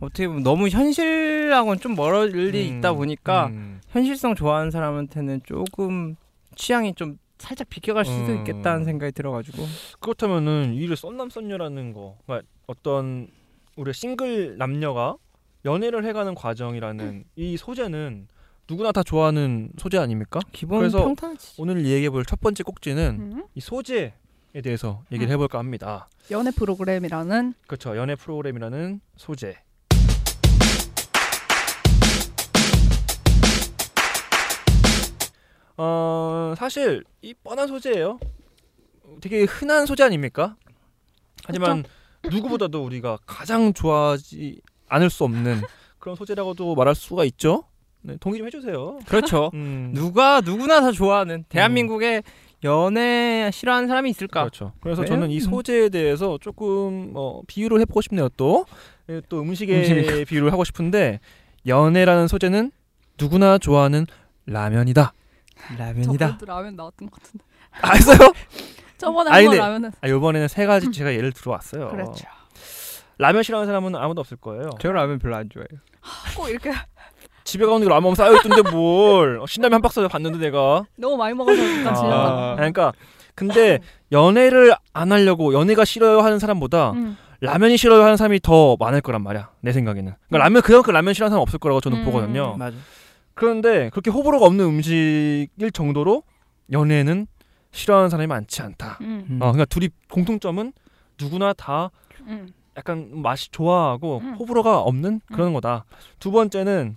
어떻게 보면 너무 현실하고는 좀 멀리
음,
있다 보니까
음.
현실성 좋아하는 사람한테는 조금 취향이 좀 살짝 비껴갈 수도
음.
있겠다는 생각이 들어가지고
그렇다면은 이를 썸남 썸녀라는 거 그러니까 어떤 우리 싱글 남녀가 연애를 해가는 과정이라는 이 소재는 누구나 다 좋아하는 소재 아닙니까?
기본
그래서
평탄치.
오늘 얘기해볼 첫 번째 꼭지는
음.
이 소재에 대해서 얘기를 해볼까 합니다.
*laughs* 연애 프로그램이라는
그렇죠. 연애 프로그램이라는 소재. 어 사실 이 뻔한 소재예요. 되게 흔한 소재 아닙니까? 하지만 누구보다도 우리가 가장 좋아하지 않을 수 없는 그런 소재라고도 말할 수가 있죠. 네, 동의 좀 해주세요.
그렇죠.
음,
누가 누구나 다 좋아하는 대한민국에 연애 싫어하는 사람이 있을까?
그렇죠. 그래서
왜요?
저는 이 소재에 대해서 조금 어, 비유를 해보고 싶네요. 또, 예, 또 음식에
음식입니까?
*laughs* 비유를 하고 싶은데 연애라는 소재는 누구나 좋아하는 라면이다. 그렇죠.
라면이다. 아,
저번에도 라면 나왔던 것 같은데
*laughs* 알았어요?
저번에
아니,
한번
근데-
라면은
아, 이번에는 세 가지 제가 예를 들어왔어요.
음. 그렇죠
라면 싫어하는 사람은 아무도 없을 거예요.
저 라면 별로 안 좋아해요.
꼭 이렇게 *laughs*
집에 가는 게 라면 쌓여있던데 뭘? 어, 신라면 한 박스 봤는데 내가.
너무 많이 먹어서 일단 질렸나
아, 그러니까 근데 연애를 안 하려고 연애가 싫어요 하는 사람보다
음.
라면이 싫어요 하는 사람이 더 많을 거란 말이야 내 생각에는 그러니까 라면 그만큼 라면 싫어하는 사람 없을 거라고 저는
음.
보거든요
맞아.
그런데 그렇게 호불호가 없는 음식일 정도로 연애는 싫어하는 사람이 많지 않다
음.
음.
어, 그러니까 둘이 공통점은 누구나 다
음.
약간 맛이 좋아하고
음.
호불호가 없는 그런 거다 두 번째는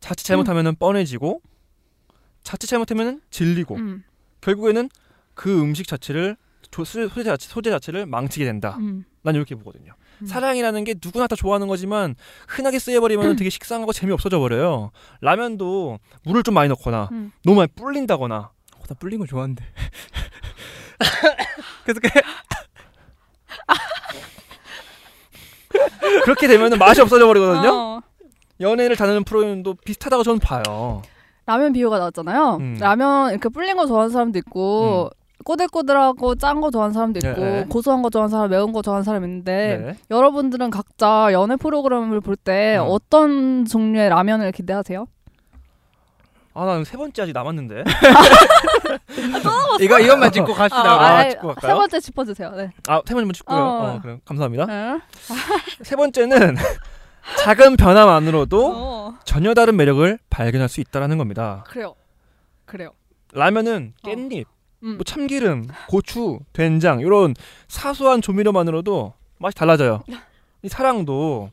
자칫
음.
잘못하면 은 뻔해지고 자칫 잘못하면 은 질리고
음.
결국에는 그 음식 자체를 조- 소- 소재, 자체, 소재 자체를 망치게 된다
음.
난 이렇게 보거든요.
음.
사랑이라는 게 누구나 다 좋아하는 거지만 흔하게
음.
쓰여버리면 되게 식상하고 재미없어져 버려요. 라면도 물을 좀 많이 넣거나
음.
너무 많이 불린다거나
어, 나 불린
*laughs*
거 좋아하는데. 그래서
그렇게 되면 맛이 없어져 버리거든요.
어.
연애를 다루는 프로그램도 비슷하다고 저는 봐요.
라면 비유가 나왔잖아요.
음.
라면 이렇게 불린 거 좋아하는 사람도 있고 꼬들꼬들하고 짠 거 좋아하는 사람도 있고
네, 네.
고소한 거 좋아하는 사람, 매운 거 좋아하는 사람 있는데 여러분들은 각자 연애 프로그램을 볼 때
음.
어떤 종류의 라면을 기대하세요?
아, 나는 세 번째 아직 남았는데.
이거 이것만 짚고 갑시다.
아,
아, 아이,
짚고 갈까요?
세 번째 짚어주세요. 네.
아, 세 번째 찍고요.
어.
어, 그래요. 감사합니다.
응?
세 번째는 *laughs* 작은 변화만으로도
어.
전혀 다른 매력을 발견할 수 있다라는 겁니다.
그래요. 그래요.
라면은
어.
깻잎,
음.
뭐 참기름, 고추, 된장 이런 사소한 조미료만으로도 맛이 달라져요. 이 사랑도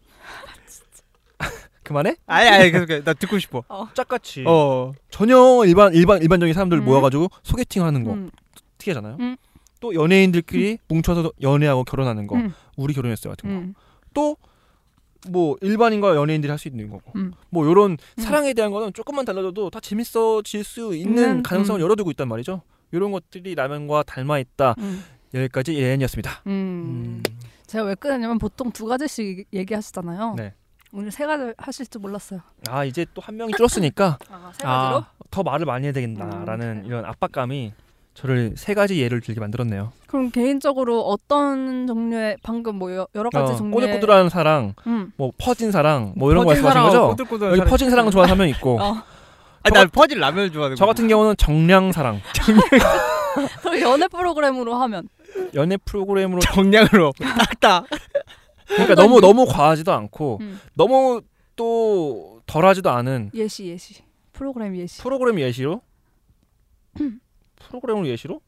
*laughs* 그만해?
아니 아니 계속 나 듣고 싶어.
짝같이
어.
전혀 일반 일반 일반적인 사람들
음.
모아가지고 소개팅하는 거
음.
특이하잖아요.
음.
또 연예인들끼리 뭉쳐서 연애하고 결혼하는 거
음.
우리 결혼했어요 같은 거.
음.
또 뭐 일반인과 연예인들이 할 수 있는 거고
음.
뭐 요런
음.
사랑에 대한 거는 조금만 달라져도 다 재밌어질 수 있는
음,
가능성을
음.
열어두고 있단 말이죠 요런 것들이 라면과 닮아 있다
음.
여기까지 예엔이었습니다
음. 제가 왜 끊었냐면 보통 두 가지씩 얘기하시잖아요.
네.
오늘 세 가지 하실 줄 몰랐어요.
아 이제 또 한 명이 줄었으니까
아, 세 가지로?
아, 더 말을 많이 해야 되겠다라는 이런 압박감이 저를 세 가지 예를 들게 만들었네요
그럼 개인적으로 어떤 종류의 방금 뭐 여, 여러 가지
어,
종류의
꼬들꼬들한 사랑 *laughs*
음.
뭐 퍼진 사랑 뭐 이런 거
퍼진
말씀하신
사람하고
거죠
꼬들꼬들한
여기
사람.
퍼진 사랑 좋아하는 사람이 있고
어.
아니 난 퍼진 라면을 좋아하는
저 같은 *laughs* 경우는 정량 사랑 *laughs*
그럼 연애 프로그램으로 하면
연애 프로그램으로
정량으로 딱딱.
그러니까 너무 너무 과하지도 않고
음.
너무 또 덜하지도 않은
예시 예시 프로그램 예시
프로그램 예시로 프로그램을 예시로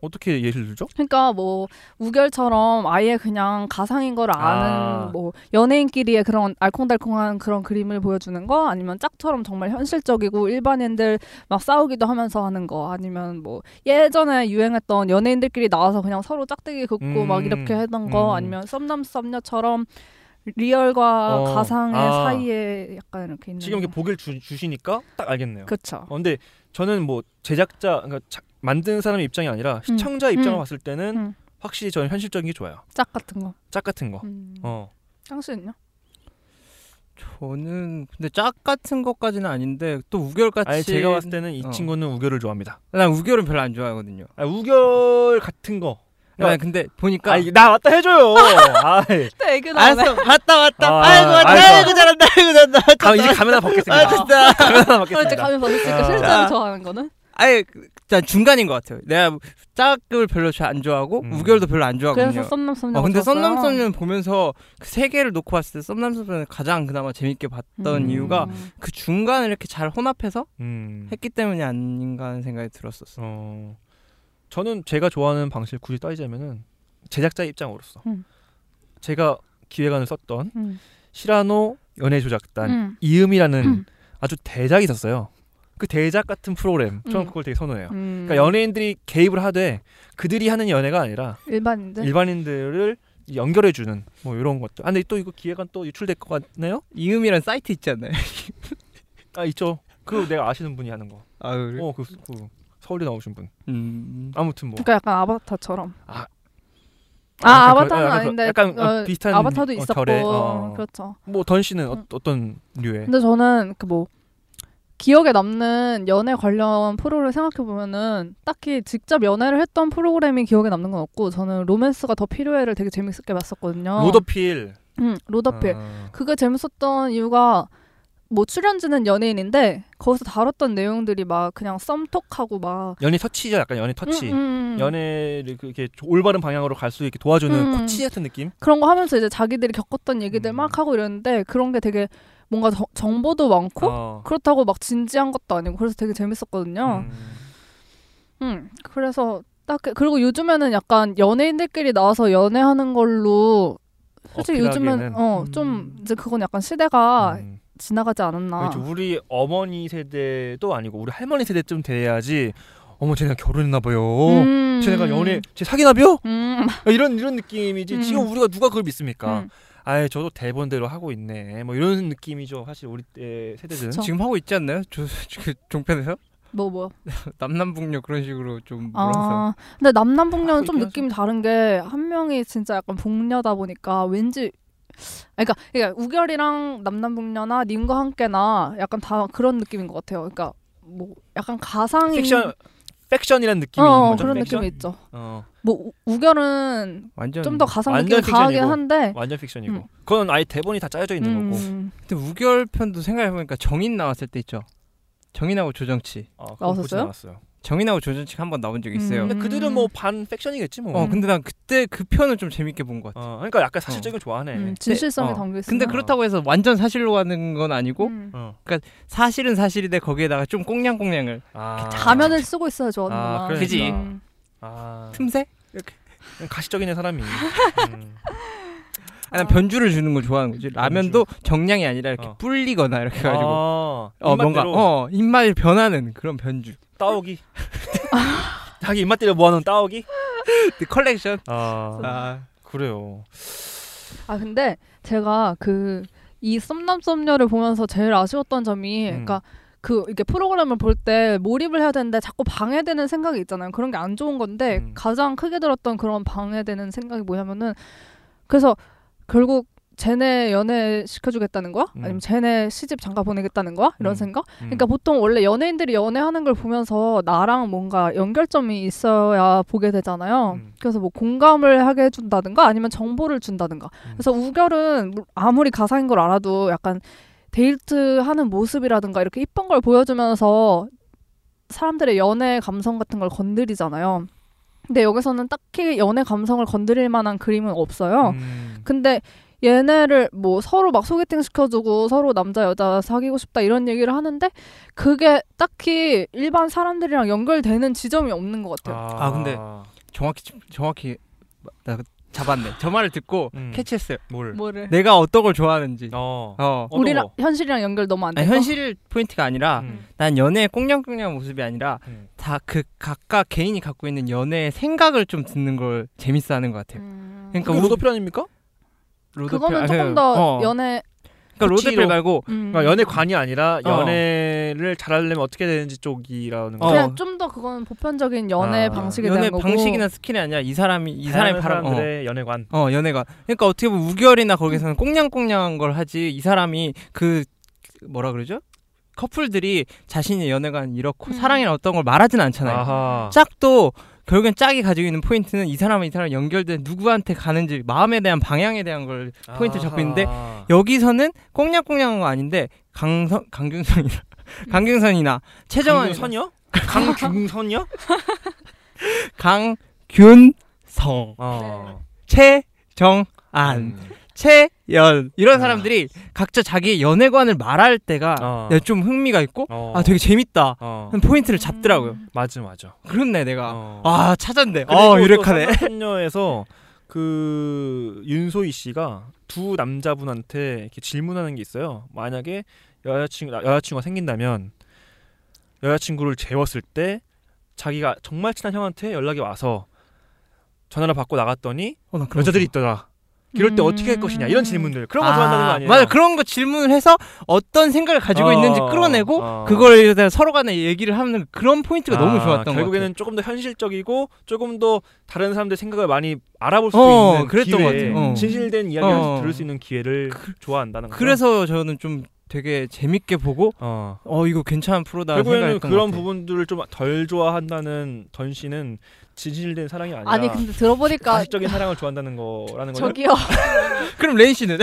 어떻게 예시를 들죠?
그러니까 뭐 우결처럼 아예 그냥 가상인 걸 아는
아.
뭐 연예인끼리의 그런 알콩달콩한 그런 그림을 보여주는 거 아니면 짝처럼 정말 현실적이고 일반인들 막 싸우기도 하면서 하는 거 아니면 뭐 예전에 유행했던 연예인들끼리 나와서 그냥 서로 짝대기 긋고
음,
막 이렇게 했던 거
음.
아니면 썸남 썸녀처럼 리얼과
어,
가상의
아.
사이에 약간 이렇게 있는
지금 이렇게 보기를 주, 주시니까 딱 알겠네요.
그렇죠.
어, 근데 저는 뭐 제작자 그러니까 자- 만든 사람의 입장이 아니라 시청자 입장을
음.
봤을 때는
음.
확실히 저는 현실적인 게 좋아요.
짝 같은 거.
짝 같은 거.
음.
어.
향수는요?
저는 근데 짝 같은 것까지는 아닌데 또 우결같이.
아니 제가 봤을 때는 이
어.
친구는 우결을 좋아합니다.
난 우결은 별로 안 좋아하거든요.
아, 우결 같은 거.
아 근데 보니까
아, 이게 나 왔다 해줘요. *laughs* 아이. 예.
또 애교 나오네.
알았어 왔다 왔다
아,
아이고 왔다
알았어.
아이고 잘한다 아이고 잘한다
아, 이제 가면 하나
아
벗겠습니다.
됐다
가면
그럼 어,
하나
이제
벗겠습니다.
가면 벗었으니까
아.
실제로
아.
좋아하는 거는?
아예 일단 그, 중간인 것 같아요. 내가 짝을 별로 잘 안 좋아하고
음.
우결도 별로 안 좋아하거든요.
그래서 썸남 썸녀.
어, 근데 썸남썸녀는 보면서 그 세 개를 놓고 봤을 때 썸남썸녀는 가장 그나마 재밌게 봤던
음.
이유가 그 중간을 이렇게 잘 혼합해서
음.
했기 때문이 아닌가 하는 생각이 들었었어.
어 저는 제가 좋아하는 방식을 굳이 따지자면은 제작자 입장으로서
음.
제가 기획안을 썼던
음.
시라노 연애 조작단
음.
이음이라는
음.
아주 대작이 있었어요. 그 대작 같은 프로그램 저는
음.
그걸 되게 선호해요.
음.
그러니까 연예인들이 개입을 하되 그들이 하는 연애가 아니라
일반인들.
일반인들을 연결해 주는 뭐 이런 것들. 아 근데 또 이거 기획안 또 유출될 것 같네요?
이음이란 사이트 있잖아요.
아 있죠. 그 내가 아시는 분이 하는 거.
*laughs* 아, 그래?
어 그 그 서울대 나오신 분.
음.
아무튼 뭐.
그러니까 약간 아바타처럼.
아.
아,
약간
아바타는
그- 약간 그-
아닌데
약간 어, 비슷한
아바타도
어,
있었고
결의, 어. 네.
그렇죠.
뭐 던 씨는 어,
음.
어떤 류의
근데 저는 그 뭐 기억에 남는 연애 관련 프로를 생각해 보면은 딱히 직접 연애를 했던 프로그램이 기억에 남는 건 없고 저는 로맨스가 더 필요해를 되게 재밌게 봤었거든요.
로더필
음, 어. 로더필.
아.
그게 재밌었던 이유가 뭐 출연진은 연예인인데 거기서 다뤘던 내용들이 막 그냥 썸톡하고 막
연애 터치죠 약간 연애 터치
음, 음, 음.
연애를 그렇게 올바른 방향으로 갈 수 있게 도와주는
음.
코치 같은 느낌
그런 거 하면서 이제 자기들이 겪었던 얘기들
음.
막 하고 이랬는데 그런 게 되게 뭔가 정- 정보도 많고
어.
그렇다고 막 진지한 것도 아니고 그래서 되게 재밌었거든요.
음.
음. 그래서 딱 그리고 요즘에는 약간 연예인들끼리 나와서 연애하는 걸로 솔직히 요즘은
어필하기에는.
어좀 아,
음.
이제 그건 약간 시대가
음.
지나가지 않았나.
그렇죠. 우리 어머니 세대도 아니고 우리 할머니 세대쯤 돼야지 어머 쟤네가 결혼했나 봐요
음.
쟤네가 연애 쟤 사귀나 봐요 아,
음.
이런 이런 느낌이지
음.
지금 우리가 누가 그걸 믿습니까
음.
아예 저도 대본대로 하고 있네 뭐 이런 느낌이죠 사실 우리 때 세대들은
그쵸.
지금 하고 있지 않나요? 저, 저 종편에서 *laughs*
뭐 뭐.
남남북녀 그런 식으로 좀 몰아서.
아, 근데
아,
남남북녀는
그렇긴
좀
하죠.
느낌이 다른 게 한 명이 진짜 약간 북녀다 보니까 왠지 아니, 그러니까, 그러니까 우결이랑 남남북녀나 님과 함께나 약간 다 그런 느낌인 것 같아요. 그러니까 뭐 약간 가상인
팩션 뭐 팩션이라는 느낌이 있는
어,
거죠
그런
팩션?
느낌이 있죠.
어,
뭐 우- 우결은
완전
좀 더 가상
완전
느낌이 강하긴
픽션이고.
한데
완전 픽션이고
음.
그건 아예 대본이 다 짜여져 있는 거고
음,
근데 우결 편도 생각해 보니까 정인 나왔을 때 있죠. 정인하고 조정치.
아, 그건 보진
나왔었어요?
않았어요.
정인하고 조준칙 한 번 나온 적 있어요.
음.
근데 그들은 뭐 반 팩션이겠지 뭐.
어 근데 난 그때 그 편을 좀 재밌게 본 것 같아.
어, 그러니까 약간 사실적인 걸 좋아하네.
음, 진실성이
어.
담겨 있어.
근데 그렇다고 해서 완전 사실로 가는 건 아니고
음.
어.
사실은 사실인데 거기에다가 좀 꽁냥꽁냥을
아.
가면을 쓰고 있어야
아,
좋아하는구나.
그러니까.
그지?
음.
아.
틈새?
그냥 가시적인 애
*laughs*
사람이. 음.
아, 난 변주를 주는 걸 좋아하는 거지. 라면도 정량이 아니라 이렇게
어.
불리거나 이렇게 해가지고
아,
어 뭔가
입맛대로
어 입맛이 변하는 그런 변주.
따오기. 자기 입맛대로 모아놓은 따오기.
근데 컬렉션.
아,
아
그래요.
아 근데 제가 그 이 썸남썸녀를 보면서 제일 아쉬웠던 점이,
음.
그러니까 그 이렇게 프로그램을 볼 때 몰입을 해야 되는데 자꾸 방해되는 생각이 있잖아요. 그런 게 안 좋은 건데
음.
가장 크게 들었던 그런 방해되는 생각이 뭐냐면은 그래서 결국 쟤네 연애 시켜주겠다는 거야?
음.
아니면 쟤네 시집 장가 보내겠다는 거야? 이런
음.
생각?
음.
그러니까 보통 원래 연예인들이 연애하는 걸 보면서 나랑 뭔가 연결점이 있어야 보게 되잖아요.
음.
그래서 뭐 공감을 하게 해준다든가 아니면 정보를 준다든가. 그래서 우결은 물- 아무리 가사인 걸 알아도 약간 데이트 하는 모습이라든가 이렇게 이쁜 걸 보여주면서 사람들의 연애 감성 같은 걸 건드리잖아요. 근데 여기서는 딱히 연애 감성을 건드릴 만한 그림은 없어요. 그
음.
근데 얘네를 뭐 서로 막 소개팅 시켜주고 서로 남자 여자 사귀고 싶다 이런 얘기를 하는데 그게 딱히 일반 사람들이랑 연결되는 지점이 없는 것 같아요.
아,
아, 근데 정확히 정확히 나 잡았네. 저 말을 듣고
음.
캐치했어요.
뭘?
뭐를?
내가 어떤 걸 좋아하는지.
어.
네, 어.
어떤
우리랑
거?
현실이랑 연결 너무 안
아니,
돼.
현실 포인트가 아니라 그러니까
음.
난 연애의 꽁냥꽁냥 모습이 아니라
음.
다 그 각각 개인이 갖고 있는 연애의 생각을 좀 듣는 걸 재밌어하는 것 같아요.
음...
그러니까
그게 로도필 아닙니까?
로드필-
그거는
아,
조금
그-
더
어.
연애.
그러니까
구치로.
로드필 말고
음.
그러니까 연애관이 아니라
어.
연애를 잘하려면 어떻게 되는지 쪽이라는 거.
어.
그냥 좀 더 그건 보편적인 연애
아,
방식에
연애
대한 거고.
방식이나 스킬이 아니라 이 사람이 이 사람이 바람 어.
사람들의 연애관.
어 연애가 그러니까 어떻게 보면 우결이나 거기서는 꽁냥꽁냥한 걸 하지 이 사람이 그 뭐라 그러죠 커플들이 자신의 연애관
음.
이렇고 사랑이나 어떤 걸 말하진 않잖아요
아하.
짝도 결국엔 짝이 가지고 있는 포인트는 이 사람은 이 사람 연결된 누구한테 가는지 마음에 대한 방향에 대한 걸 포인트 잡고 있는데
아하.
여기서는 꽁냥꽁냥한 거 아닌데 강성 강균선이나 강균선이나 최정원
강균선이요? 강균선이요?
강균성
어.
네. 최정안
음.
채연
아.
이런 사람들이 각자 자기의 연애관을 말할 때가
어.
내가 좀 흥미가 있고
어.
아 되게 재밌다
어.
하는 포인트를 잡더라고요.
맞아 맞아.
그렇네 내가
어.
아 찾았네. 아 유력하네.
선녀에서 그 윤소희 씨가 두 남자분한테 이렇게 질문하는 게 있어요. 만약에 여자친구 여자친구가 생긴다면 여자친구를 재웠을 때 자기가 정말 친한 형한테 연락이 와서 전화를 받고 나갔더니
어, 나 그런 거
여자들이
좋아.
있더라. 이럴 때 어떻게 할 것이냐 이런 질문들 그런 거 좋아한다는 거 아니에요?
음. 맞아 그런 거 질문을 해서 어떤 생각을 가지고
어,
있는지 끌어내고
어.
그걸 대해 서로 간에 얘기를 하는 그런 포인트가 너무
아,
좋았던 거 같아요.
결국에는 조금 더 현실적이고 조금 더 다른 사람들 의 생각을 많이 알아볼 수
어,
있는
그랬던
기회,
것 같아요. 어.
진실된 이야기를
어.
들을 수 있는 기회를 좋아한다는 거죠.
그래서 저는 좀 되게 재밌게 보고
어.
어 이거 괜찮은 프로다
결국에는
생각했던 것
그런
같아요.
부분들을 좀 덜 좋아한다는 던 씨는 진실된 사랑이 아니라
아니 근데 들어보니까
가식적인 사랑을 좋아한다는 거라는 거죠.
저기요.
그럼 레인 씨는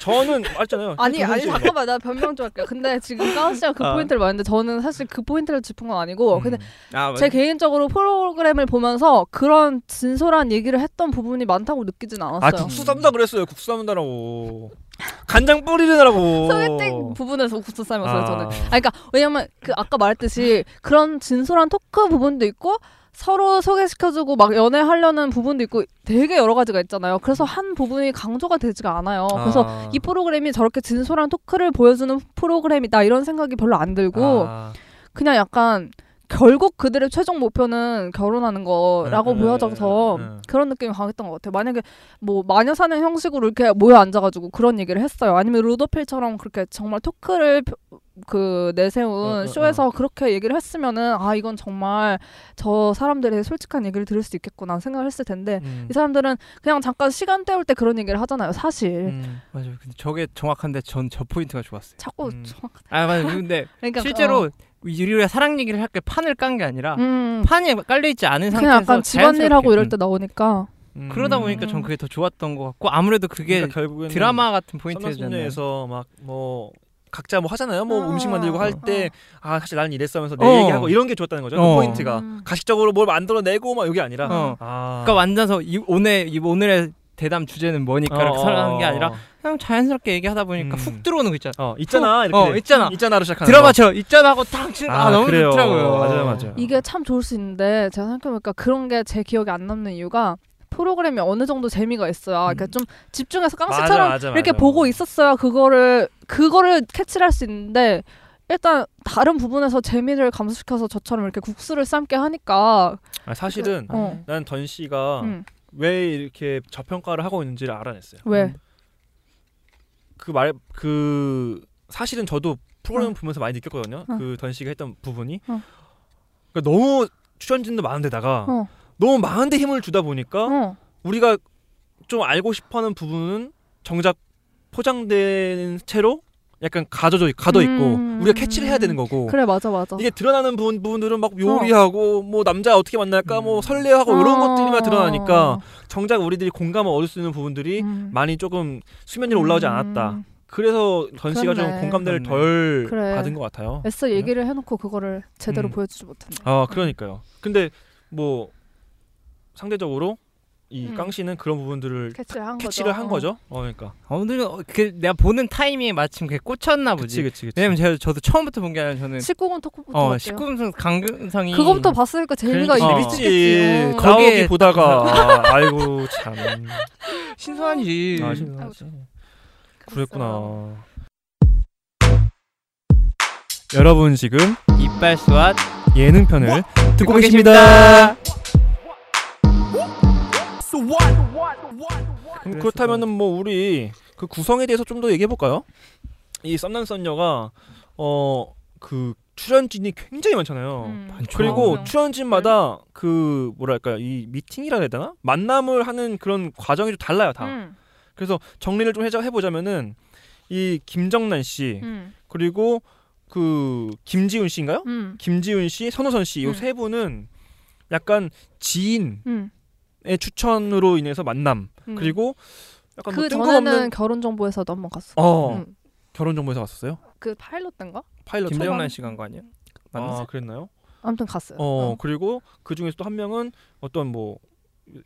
저는 알잖아요.
*laughs* 아니 아니
정선씨예요.
잠깐만 나 변명 좀 할게요. 근데 지금 까우 씨가 그
아.
포인트를 말했는데 저는 사실 그 포인트를 짚은 건 아니고 근데
음.
아,
제 개인적으로 프로그램을 보면서 그런 진솔한 얘기를 했던 부분이 많다고 느끼진
아
않았어요.
국수 삶다 그랬어요. 국수 삶다라고 간장 뿌리느라고.
소개팅 부분에서 국수 삶았어요
아.
저는. 아 그러니까 왜냐면 그 아까 말했듯이 그런 진솔한 토크 부분도 있고 서로 소개시켜주고 막 연애하려는 부분도 있고 되게 여러 가지가 있잖아요. 그래서 한 부분이 강조가 되지가 않아요. 어, 그래서
아.
이 프로그램이 저렇게 진솔한 토크를 보여주는 프로그램이다 이런 생각이 별로 안 들고
아.
그냥 약간 결국 그들의 최종 목표는 결혼하는 거라고
음,
보여져서
음.
그런 느낌이 강했던 것 같아요. 만약에 뭐 마녀사냥 형식으로 이렇게 모여 앉아가지고 그런 얘기를 했어요. 아니면 루더필처럼 그렇게 정말 토크를 펴- 그
어,
내세운
어,
쇼에서 그렇게 얘기를 했으면은 아 이건 정말 저 사람들의 솔직한 얘기를 들을 수 있겠구나 생각을 했을 텐데
음.
이 사람들은 그냥 잠깐 시간 때울 때 그런 얘기를 하잖아요. 사실
음.
맞아요. 근데 저게 정확한데 전 저 포인트가 좋았어요. 어.
자꾸
음.
저-
아 맞아요. *laughs* 근데
*laughs* 그러니까
실제로 우리가 사랑 얘기를 할 때 판을 깐 게 아니라
어, 음,
판이 깔려 있지 않은
그냥
상태에서
약간 집안일하고
자연스럽게,
이럴 때
음.
나오니까
음.
그러다 보니까 전
그러니까
그게 더 좋았던 것 같고 아무래도 그게
결국에는
드라마 같은
포인트에서
포인트였잖아요.
막뭐 각자 뭐 하잖아요. 뭐
어,
음식 만들고 할 때 아 사실 나는 이랬어 하면서 내
어.
얘기하고 이런 게 좋았다는 거죠.
어.
그 포인트가
음.
가식적으로 뭘 만들어내고 막 이게 아니라
어.
아.
그러니까 완전서 이, 오늘 이 오늘의 대담 주제는 뭐니까 그러니까 이렇게 설하는 게 아니라 그냥 자연스럽게 얘기하다 보니까
어, 음.
훅 들어오는 거 있잖아.
어 있잖아 이렇게
어, 있잖아.
있잖아로 시작하는 거.
드라마처럼 있잖아 하고 탁 치는 아, 아 너무
그래요.
좋더라고요.
맞아요, 맞아요.
이게 참 좋을 수 있는데 제가 생각해보니까 그런 게 제 기억에 안 남는 이유가 프로그램이 어느 정도 재미가 있어야 그러니까 좀 집중해서 깡씨처럼
음. 맞아, 맞아,
이렇게
맞아.
보고 있었어야 그거를 그거를 캐치를 할 수 있는데 일단 다른 부분에서 재미를 감소시켜서 저처럼 이렇게 국수를 삶게 하니까
아, 사실은
어.
난 던 씨가
음.
왜 이렇게 저평가를 하고 있는지를 알아냈어요.
왜?
그 말 그 사실은 저도 프로그램
어.
보면서 많이 느꼈거든요.
어.
그 던 씨가 했던 부분이
어.
그러니까 너무 출연진도 많은데다가
어.
너무 많은데 힘을 주다 보니까
어.
우리가 좀 알고 싶어하는 부분은 정작 포장된 채로 약간 가져져 가둬 있고
음. 그렇죠.
우리가 캐치를 해야 되는 거고
그래 맞아 맞아.
이게 드러나는 부분 부분들은
어.
막 요리하고 뭐 남자 어떻게 만날까 뭐
음.
설레하고 이런
어.
것들이만 드러나니까 정작 우리들이 공감을 얻을 수 있는 부분들이
음.
많이 조금 수면 위로 올라오지 않았다.
음.
그래서 전 씨가 좀
그렇네.
공감대를
그렇네.
덜
그래.
받은 것 같아요.
애써 얘기를 해놓고 그거를 제대로
음.
보여주지 못했네.
아 그러니까요. 근데 뭐 상대적으로 이
음.
깡씨는 그런 부분들을
캐치를 한
캐치를
거죠.
한
어.
거죠. 어, 그러니까.
아무튼 어, 그 내가 보는 타이밍에 마침 그게 꽂혔나
그치,
보지.
그치, 그치.
왜냐면 제가 저도 처음부터 본 게 아니라
네.
저는
19금 토크부터
어
봤대요.
19금성 강금성이
그거부터 봤으니까 재미가
그러니까
있- 있겠지.
재밌지.
어.
어. 거기
거기에-
보다가 그 아이고 참.
신선하지.
아, 신선하지. 그랬구나. 여러분 지금
이빨수와
예능편을 듣고
듣고
계십니다.
계십니다.
그럼 그렇다면은 뭐 우리 그 구성에 대해서 좀 더 얘기해 볼까요? 이 썸남 썸녀가 어 그 출연진이 굉장히 많잖아요.
음.
그리고
어.
출연진마다 그 뭐랄까요 이 미팅이라 해야 되나 만남을 하는 그런 과정이 좀 달라요 다.
음.
그래서 정리를 좀 해자 해보자면은 이 김정난 씨
음.
그리고 그 김지훈 씨인가요?
음.
김지훈 씨, 선호선 씨 이
음.
세 분은 약간 지인의
음.
추천으로 인해서 만남
음.
그리고 약간 뭐
그
뜬금없는
전에는 결혼 정보에서도 한번 갔어.
어
음.
결혼 정보에서 갔었어요?
그 파일럿 된가?
파일럿
김정란 씨가 한 거 아니야?
아
맞나?
그랬나요?
아무튼 갔어요.
어, 그리고 그 중에서 또 한 명은 어떤 뭐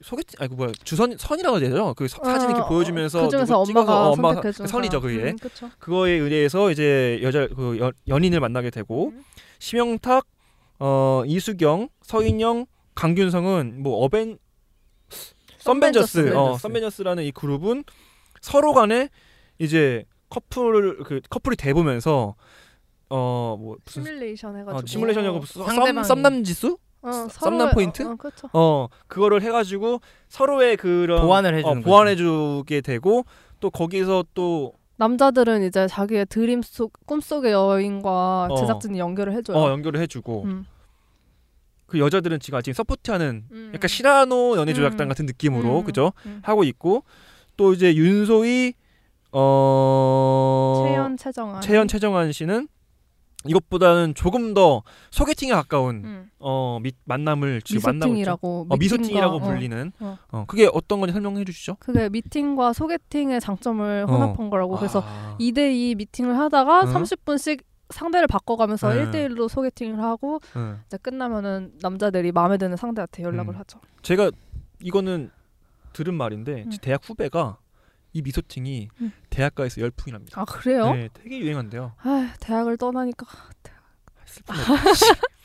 소개팅 아니 그 뭐야 주선 선이라고 해야 되죠? 그 사, 사진 이렇게
어,
보여주면서
그 중에서
누구
엄마가
찍어서 엄마
선택해 준
선이죠 그게
음, 그쵸.
그거에 의해서 이제 여자 그 여, 연인을 만나게 되고
음.
심영탁 어 이수경 서인영 강균성은 뭐 어벤 썬벤져스 어
썬벤져스.
썬벤져스라는 이 그룹은 서로 간에 이제 커플을 그 커플이 돼 보면서 어 뭐 무슨
시뮬레이션 해가지고
어, 시뮬레이션이라고 무슨 썸,
상대방이-
썸남 지수?
어,
썸-
서로의-
썸남 포인트?
어, 어, 그쵸.
어 그거를 해가지고 서로의 그런
보완을 해주는
어,
거지.
보완해주게 되고 또 거기서 또
남자들은 이제 자기의 드림 속 꿈속의 여인과
어.
제작진이 연결을 해줘요.
어, 연결을 해주고
그 음.
그 여자들은 지금 아직 서포트하는
음.
약간 시라노 그러니까 연애 조작단
음.
같은 느낌으로
음.
그죠
음.
하고 있고 또 이제 윤소희 어
최연 최정아.
채연 최정환 씨는 이것보다는 조금 더 소개팅에 가까운
음.
어 미, 만남을 지금 만나고 있죠.
미소팅이라고
어, 미소팅이라고
미팅과, 어,
불리는
어.
어. 그게 어떤 건지 설명해 주시죠.
그게 미팅과 소개팅의 장점을
어.
혼합한 거라고 그래서
아.
2대2 미팅을 하다가
응? 네.
30분씩 상대를 바꿔가면서
응.
1대1로 소개팅을 하고
응.
이제 끝나면은 남자들이 마음에 드는 상대한테 연락을
음.
하죠.
제가 이거는 들은 말인데
음.
제 대학 후배가 이 미소팅이
음.
대학가에서 열풍이 납니다.
아 그래요?
네, 되게 유행한대요.
아 대학을 떠나니까 아.
슬픈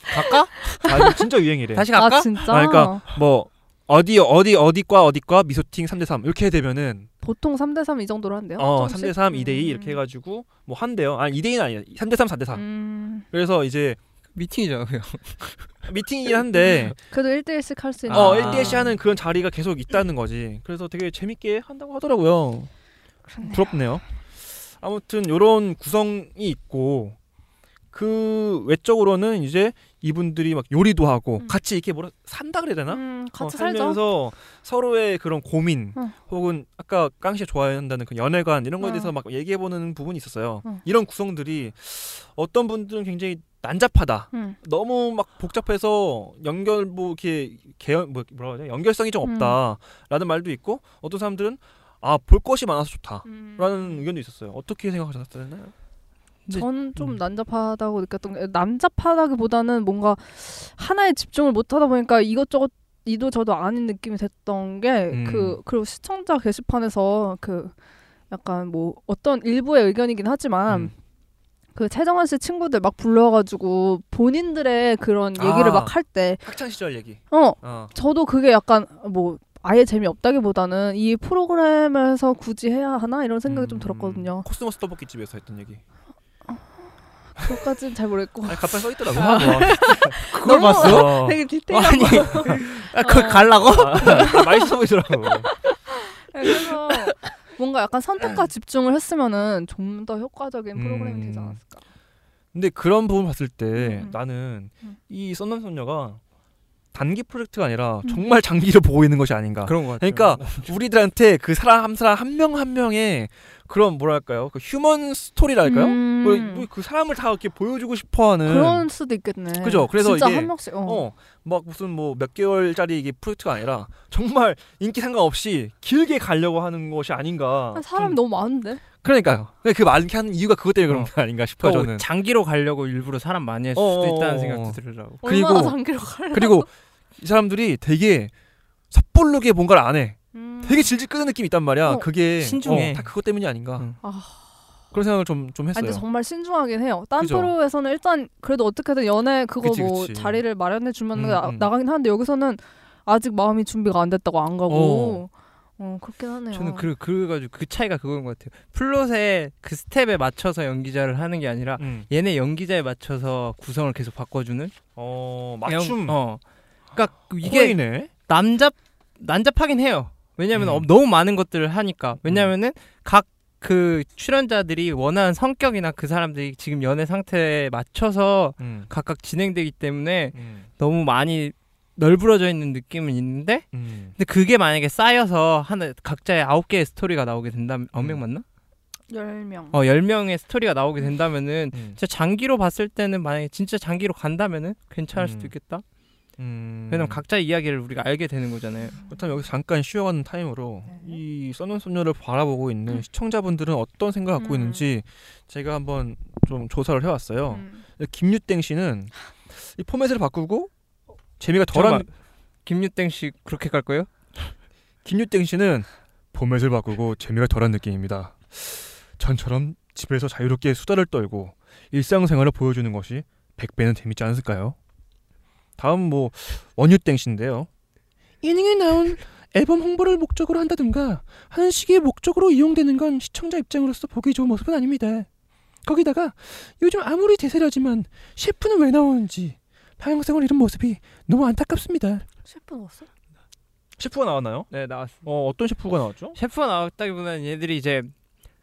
갈까? 아, 이거 진짜 유행이래.
네. 다시 갈까?
아 진짜
아, 그러니까 뭐 어디 어디 어디과 어디과 미소팅 3대 3 이렇게 되면은
보통 3대 3 이 정도로 한대요.
어,
조금씩?
3대 3, 2대 2 이렇게
네, 음.
해 가지고 뭐 한대요. 아니 2대 2는 아니에요. 3대 3, 4대 4.
음.
그래서 이제
미팅이잖아 그냥.
미팅이긴 한데
그래도 1대1씩 할 수 있는
어
아.
1대1씩 하는 그런 자리가 계속 있다는 거지. 그래서 되게 재밌게 한다고 하더라고요.
그렇네요.
부럽네요. 아무튼 요런 구성이 있고 그 외적으로는 이제 이분들이 막 요리도 하고
음.
같이 이렇게 뭐라 산다 그래야 되나?
음,
어,
같이 살죠.
살면서 서로의 그런 고민
어.
혹은 아까 깡씨 좋아한다는 그 연애관 이런 거에
어.
대해서 막 얘기해 보는 부분이 있었어요.
어.
이런 구성들이 어떤 분들은 굉장히 난잡하다.
음.
너무 막 복잡해서 연결 뭐 이렇게 개연 뭐 뭐라 그러냐 연결성이 좀
음.
없다라는 말도 있고 어떤 사람들은 아 볼 것이 많아서 좋다.
음.
라는 의견도 있었어요. 어떻게 생각하셨나요?
근데-
전 좀
음.
난잡하다고 느꼈던 게 난잡하다기보다는 뭔가 하나에 집중을 못 하다 보니까 이것저것 이도 저도 아닌 느낌이 됐던 게
음.
그 그리고 시청자 게시판에서 그 약간 뭐 어떤 일부의 의견이긴 하지만
음.
그 최정원 씨 친구들 막 불러가지고 본인들의 그런 얘기를
아.
막 할 때
학창 시절 얘기.
어,
어.
저도 그게 약간 뭐 아예 재미없다기보다는 이 프로그램에서 굳이 해야 하나 이런 생각이 좀
음.
들었거든요.
코스모스 떡볶이 집에서 했던 얘기.
그것까진 잘 모르겠고
아니, 갑자기 써 있더라고.
그걸
너무-
봤어?
*laughs* 되게 디테일한
아니, 아, 그걸 갈라고?
아, 맛있어 보이더라고.
네, 그래서 뭔가 약간 선택과 집중을 했으면은 좀 더 효과적인 프로그램이
음.
되지 않았을까.
*laughs* 근데 그런 부분 봤을 때
음.
나는
음.
이 썬남 선녀가 단기 프로젝트가 아니라
음.
정말 장기를 보고 있는 것이 아닌가.
그런 어, 거 같아.
그러니까 우리들한테 그 사람 한 사람 한 명 한 명의 그런 뭐랄까요? 그 휴먼 스토리랄까요?
음.
뭐, 뭐그 사람을 다 이렇게 보여주고 싶어하는
그런 수도 있겠네.
그죠? 그래서
진짜
이게-
한 명씩. 어.
어 막 무슨 뭐 몇 개월짜리 이게 프로젝트가 아니라 정말 인기 상관없이 길게 가려고 하는 것이 아닌가.
사람 이 너무 많은데.
그러니까요. 근데 그 많게 하는 이유가 그것 때문에 그런 게 아닌가 싶어요
그러니까
저는.
장기로 가려고 일부러 사람 많이 했을 수도
어어어.
있다는 생각도 들으라고.
그리고-
얼마나 장기로 갈.
그리고 이 사람들이 되게 섣부르게 뭔가를 안 해.
음.
되게 질질 끄는 느낌이 있단 말이야.
어,
그게
신중해.
어, 다 그것 때문이 아닌가.
음.
아,
그런 생각을 좀, 좀
아니,
했어요.
근데 정말 신중하긴 해요. 딴
그죠?
프로에서는 일단 그래도 어떻게든 연애 그거
그치,
뭐
그치.
자리를 마련해 주면
음,
나,
음.
나가긴 하는데 여기서는 아직 마음이 준비가 안 됐다고 안 가고. 어, 그렇긴 하네요.
저는 그 그래가지고 그 차이가 그건 것 같아요. 플롯의 그 스텝에 맞춰서 연기자를 하는 게 아니라
음.
얘네 연기자에 맞춰서 구성을 계속 바꿔주는
어, 맞춤.
연- 어. 그러니까 그 이게
코인이네.
남잡 난잡하긴 해요. 왜냐하면
음.
어, 너무 많은 것들을 하니까. 왜냐하면은 각 그 출연자들이 원하는 성격이나 그 사람들이 지금 연애 상태에 맞춰서
음.
각각 진행되기 때문에
음.
너무 많이 널브러져 있는 느낌은 있는데
음.
근데 그게 만약에 쌓여서 하나 각자의 아홉 개의 스토리가 나오게 된다면 아홉 명
음.
맞나?
열 명.
어, 10명의 스토리가 나오게 된다면은
음.
진짜 장기로 봤을 때는 만약에 진짜 장기로 간다면은 괜찮을
음.
수도 있겠다.
음.
왜냐면 각자 의 이야기를 우리가 알게 되는 거잖아요.
그렇다면 여기서 잠깐 쉬어가는 타임으로
네.
이 써는 썸녀를 바라보고 있는
음.
시청자분들은 어떤 생각
음.
갖고 있는지 제가 한번 좀 조사를 해왔어요.
음.
김유땡 씨는 이 포맷을 바꾸고 재미가 덜한
김유땡 씨 그렇게 갈 거예요?
김유땡 씨는 포맷을 바꾸고 재미가 덜한 느낌입니다. 전처럼 집에서 자유롭게 수다를 떨고 일상생활을 보여주는 것이 100배는 재밌지 않을까요? 다음 뭐 원유땡 씨인데요. 예능에 나온 앨범 홍보를 목적으로 한다든가 하는 시기의 목적으로 이용되는 건 시청자 입장으로서 보기 좋은 모습은 아닙니다. 거기다가 요즘 아무리 대세라지만 셰프는 왜 나오는지 방향성을 잃은 모습이 너무 안타깝습니다.
셰프 넣었어?
셰프가 나왔나요?
네 나왔어.
어 어떤 셰프가 나왔죠?
셰프가 나왔다기보다는 얘들이 이제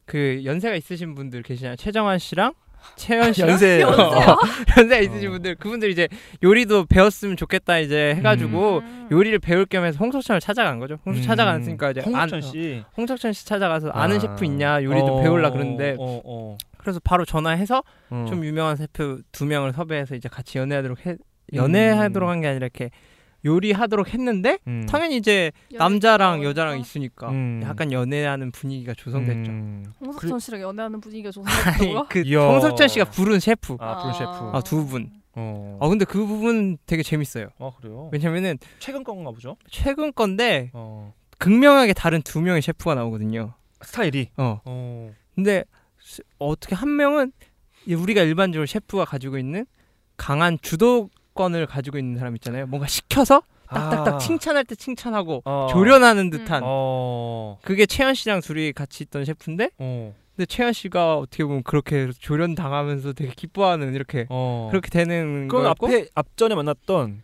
그 연세가 있으신 분들 계시잖아요. 최정환 씨랑 채연
*laughs*
씨랑
연세
*laughs* 연세가 있으신
어.
분들 그분들 이제 요리도 배웠으면 좋겠다 이제 해가지고
음.
뭐, 요리를 배울 겸 해서 홍석천을 찾아간 거죠. 홍석 찾아갔으니까 이제
홍석천
안-
씨
홍석천 씨 찾아가서 아는
아.
셰프 있냐 요리도
어,
배울라 그러는데
어, 어,
그래서 바로 전화해서
어.
좀 유명한 셰프 두 명을 섭외해서 이제 같이 연애하도록 해 연애하도록 한 게 아니라 이렇게 요리하도록 했는데
음.
당연히 이제 남자랑 여자랑 있으니까
음.
약간 연애하는 분위기가 *laughs* 조성됐죠.
음.
홍석천 씨랑 연애하는 분위기가
그 *laughs* 아니
조성됐다고요?
그
이야.
홍석천 씨가 부른 셰프
아
아.
프로 셰프.
아, 두 분.
어.
아 근데 그 부분 되게 재밌어요.
아 그래요?
왜냐면은
최근 건가 보죠?
최근 건데
어.
극명하게 다른 두 명의 셰프가 나오거든요.
스타일이.
어
어.
근데 스- 어떻게 한 명은 이 우리가 일반적으로 셰프가 가지고 있는 강한 주도권을 가지고 있는 사람 있잖아요. 뭔가 시켜서 딱딱딱
아.
칭찬할 때 칭찬하고
어.
조련하는 듯한
어.
그게 채연 씨랑 둘이 같이 있던 셰프인데
어.
근데 채연 씨가 어떻게 보면 그렇게 조련 당하면서 되게 기뻐하는 이렇게
어.
그렇게 되는
그건
거였고
앞에 앞전에 만났던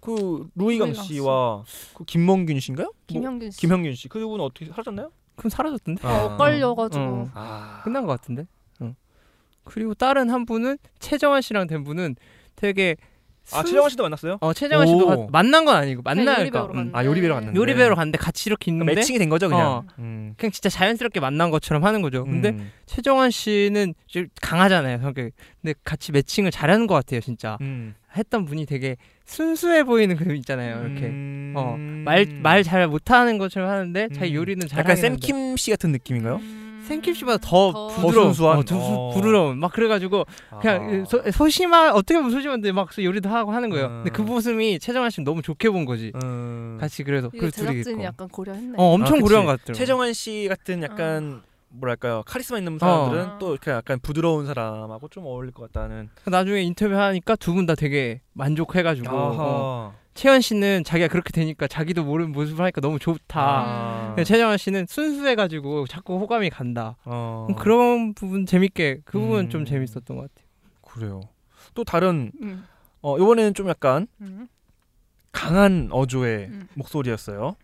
그 루이강
루이강
씨와 그 김mon균 씨인가요? 뭐,
김형균 씨.
김형균 씨. 그분 어떻게 사라졌나요?
그럼 사라졌던데
어, 엇갈려가지고
어.
아.
끝난 것 같은데 어. 그리고 다른 한 분은 최정환 씨랑 된 분은 되게
아
순-
최정환 씨도 만났어요?
어 최정환 씨도
오.
가- 만난 건 아니고 만날
요리배우로
거
갔네.
음.
아 요리배로 갔는데. 아,
요리배우로 갔는데 같이 이렇게 있는데
매칭이 된 거죠 그냥.
어.
음.
그냥 진짜 자연스럽게 만난 것처럼 하는 거죠. 근데
음.
최정환 씨는 좀 강하잖아요. 성격이. 근데 같이 매칭을 잘하는 것 같아요, 진짜.
음.
했던 분이 되게 순수해 보이는 그 있잖아요. 이렇게
음.
어, 말 말 잘 못하는 것처럼 하는데 자기
음.
요리는 잘.
약간 샘킴 씨 같은 느낌인가요?
음.
생김씨보다 더,
더
부드러운,
순수한.
어, 더 부-
어.
부드러운. 막 그래가지고 아.
아.
그냥 소, 소심한 어떻게 보면 소심한데 막 요리도 하고 하는 거예요. 근데 그
음.
모습이 최정환 씨는 너무 좋게 본 거지.
음.
같이 그래서
이거
그 둘이 있고.
제작진이 약간 고려했네.
어 엄청
아, 그치.
고려한 것 같아요.
최정환 씨 같은 약간 뭐랄까요 카리스마 있는 사람들은
어.
또 이렇게 약간 부드러운 사람하고 좀 어울릴 것 같다는.
나중에 인터뷰 하니까 두 분 다 되게 만족해가지고 어.
아하.
채연 씨는 자기가 그렇게 되니까 자기도 모르는 모습을 하니까 너무 좋다.
아.
근데 최정환 씨는 순수해가지고 자꾸 호감이 간다.
어.
그런 부분 재밌게 그 부분
음.
좀 재밌었던 것 같아요.
그래요. 또 다른
음.
어 이번에는 좀 약간
음.
강한 어조의
음.
목소리였어요.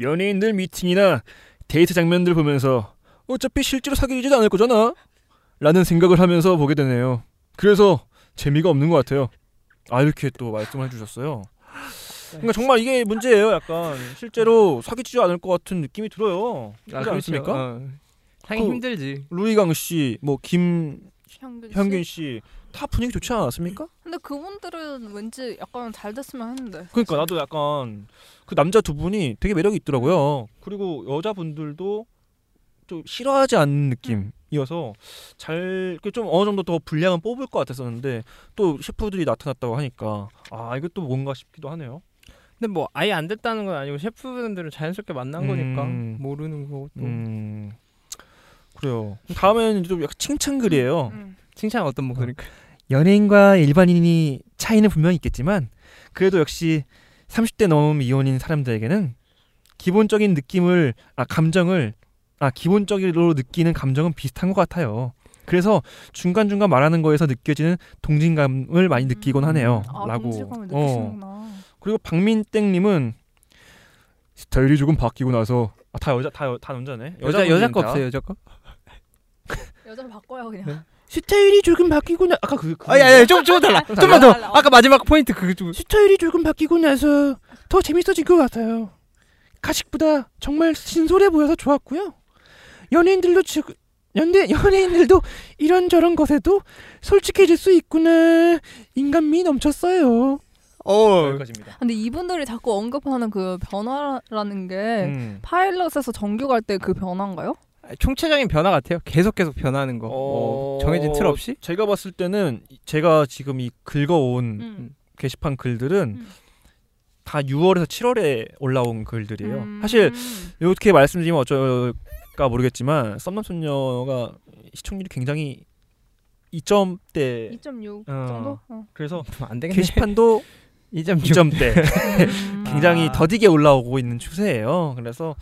연예인들 미팅이나 데이트 장면들 보면서 어차피 실제로 사귀지도 않을 거잖아. 라는 생각을 하면서 보게 되네요. 그래서 재미가 없는 것 같아요. 아 이렇게 또 말씀을 해주셨어요. 그러니까 정말 이게 문제예요. 약간 실제로 사귀지도 않을 것 같은 느낌이 그렇죠. 들어요. 아, 그렇지
그렇죠.
않습니까?
아, 하긴
그-
힘들지.
루이강 씨, 뭐 김현균
현균 씨.
씨 다 분위기 좋지 않았습니까?
근데 그분들은 왠지 약간 잘 됐으면 했는데.
그러니까 나도 약간 그 남자 두 분이 되게 매력이 있더라고요. 그리고 여자분들도 좀 싫어하지 않는 느낌이어서 잘좀 어느 정도 더 분량은 뽑을 것 같았었는데 또 셰프들이 나타났다고 하니까 아 이것도 뭔가 싶기도 하네요.
근데 뭐 아예 안 됐다는 건 아니고 셰프분들은 자연스럽게 만난 거니까
음.
모르는 거고 또
음 그래요. 다음에는 좀 약간
어.
칭찬글이에요.
음.
칭찬 어떤 그러니까. 목소리일까?
연예인과 일반인이 차이는 분명히 있겠지만 그래도 역시 30대 넘은 미혼인 사람들에게는 기본적인 느낌을 아 감정을 아 기본적으로 느끼는 감정은 비슷한 것 같아요. 그래서 중간중간 말하는 거에서 느껴지는 동진감을 많이 느끼곤 하네요.
아,
라고.
동질감을
어.
느끼시는구나.
그리고 박민땡님은 스타일이 조금 바뀌고 나서 아, 다 여자 다, 여- 다 남자네.
여자 여자
여자분들은
거
다.
없어요 여자 거?
여자로 바꿔요 그냥.
네.
스타일이 조금 바뀌고 나 아까 그, 그
아야야 좀좀 달라 좀만 더
달라, 어.
아까 마지막 포인트 그거 좀
스타일이 조금 바뀌고 나서 더 재밌어진 것 같아요. 가식보다 정말 진솔해 보여서 좋았고요. 연예인들도 지, 연대, 연예인들도 이런저런 것에도 솔직해질 수 있구나. 인간미 넘쳤어요.
어.
여기까지입니다.
근데 이분들이 자꾸 언급하는 그 변화라는
네.
게
음.
파일럿에서 정규 갈 때 그 변화인가요?
아, 총체적인 변화 같아요. 계속 계속 변하는 거. 어, 정해진 틀 없이.
제가 봤을 때는 제가 지금 이 긁어온
음.
게시판 글들은
음.
다 6월에서 7월에 올라온 글들이에요.
음.
사실 이렇게 말씀드리면 어쩔까 모르겠지만 썸남손녀가 시청률이 굉장히 2점대
2.6
어.
정도?
*laughs*
어.
그래서
안 되겠네.
게시판도
2.6.
2점대
음.
굉장히
아.
더디게 올라오고 있는 추세예요. 그래서 어.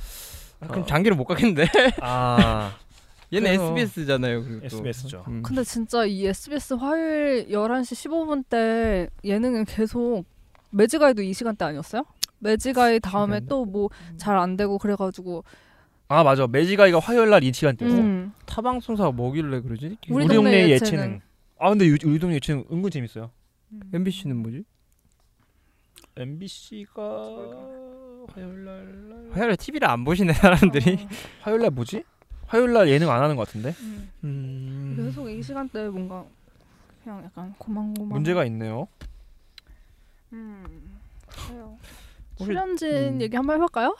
아,
*laughs*
그럼 장기를 못 가겠는데.
아
*laughs* 얘는
그래서-
SBS잖아요. 그리고 또.
SBS죠.
음.
근데 진짜 이 SBS 화요일 11시 15분 때 예능은 계속 매직아이도 이 시간대 아니었어요? 매직아이 다음에
시간대?
또 뭐 잘 안 되고 그래가지고
아 맞아 매지가이가 화요일 날 이 시간대고
음.
타방송사가 뭐길래 그러지?
우리
우리
동네
동네
예체능.
예체능. 아 근데 유- 우리 동네 예체능 은근 재밌어요.
MBC는 뭐지?
MBC가 화요일 날
화요일에 TV를 안 보시네 사람들이.
화요일 날 뭐지? 화요일 날 예능 안 하는 것 같은데
어, 음.
음.
계속 이 시간대 뭔가 그냥 약간 고만고만
문제가 있네요.
음. 그래요.
우리-
출연진
음.
얘기 한번 해볼까요?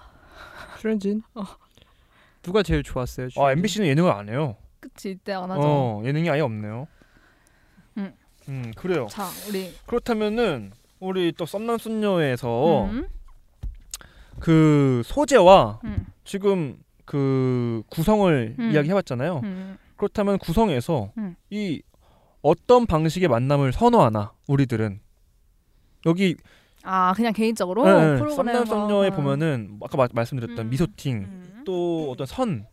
출연진.
어.
누가 제일 좋았어요?
아
출연진?
MBC는 예능을 안 해요.
그치 이때 안 하죠.
어, 예능이 아예 없네요.
음.
음, 그래요.
자 우리
그렇다면은 우리 또 썸남 썸녀에서
음.
그 소재와
음.
지금 그 구성을
음.
이야기해봤잖아요.
음.
그렇다면 구성에서
음.
이 어떤 방식의 만남을 선호하나 우리들은 여기
아 그냥 개인적으로
예, 예,
프로그램
썸남 썸녀에 보면은 아까 마- 말씀드렸던
음.
미소팅
음.
또 어떤 선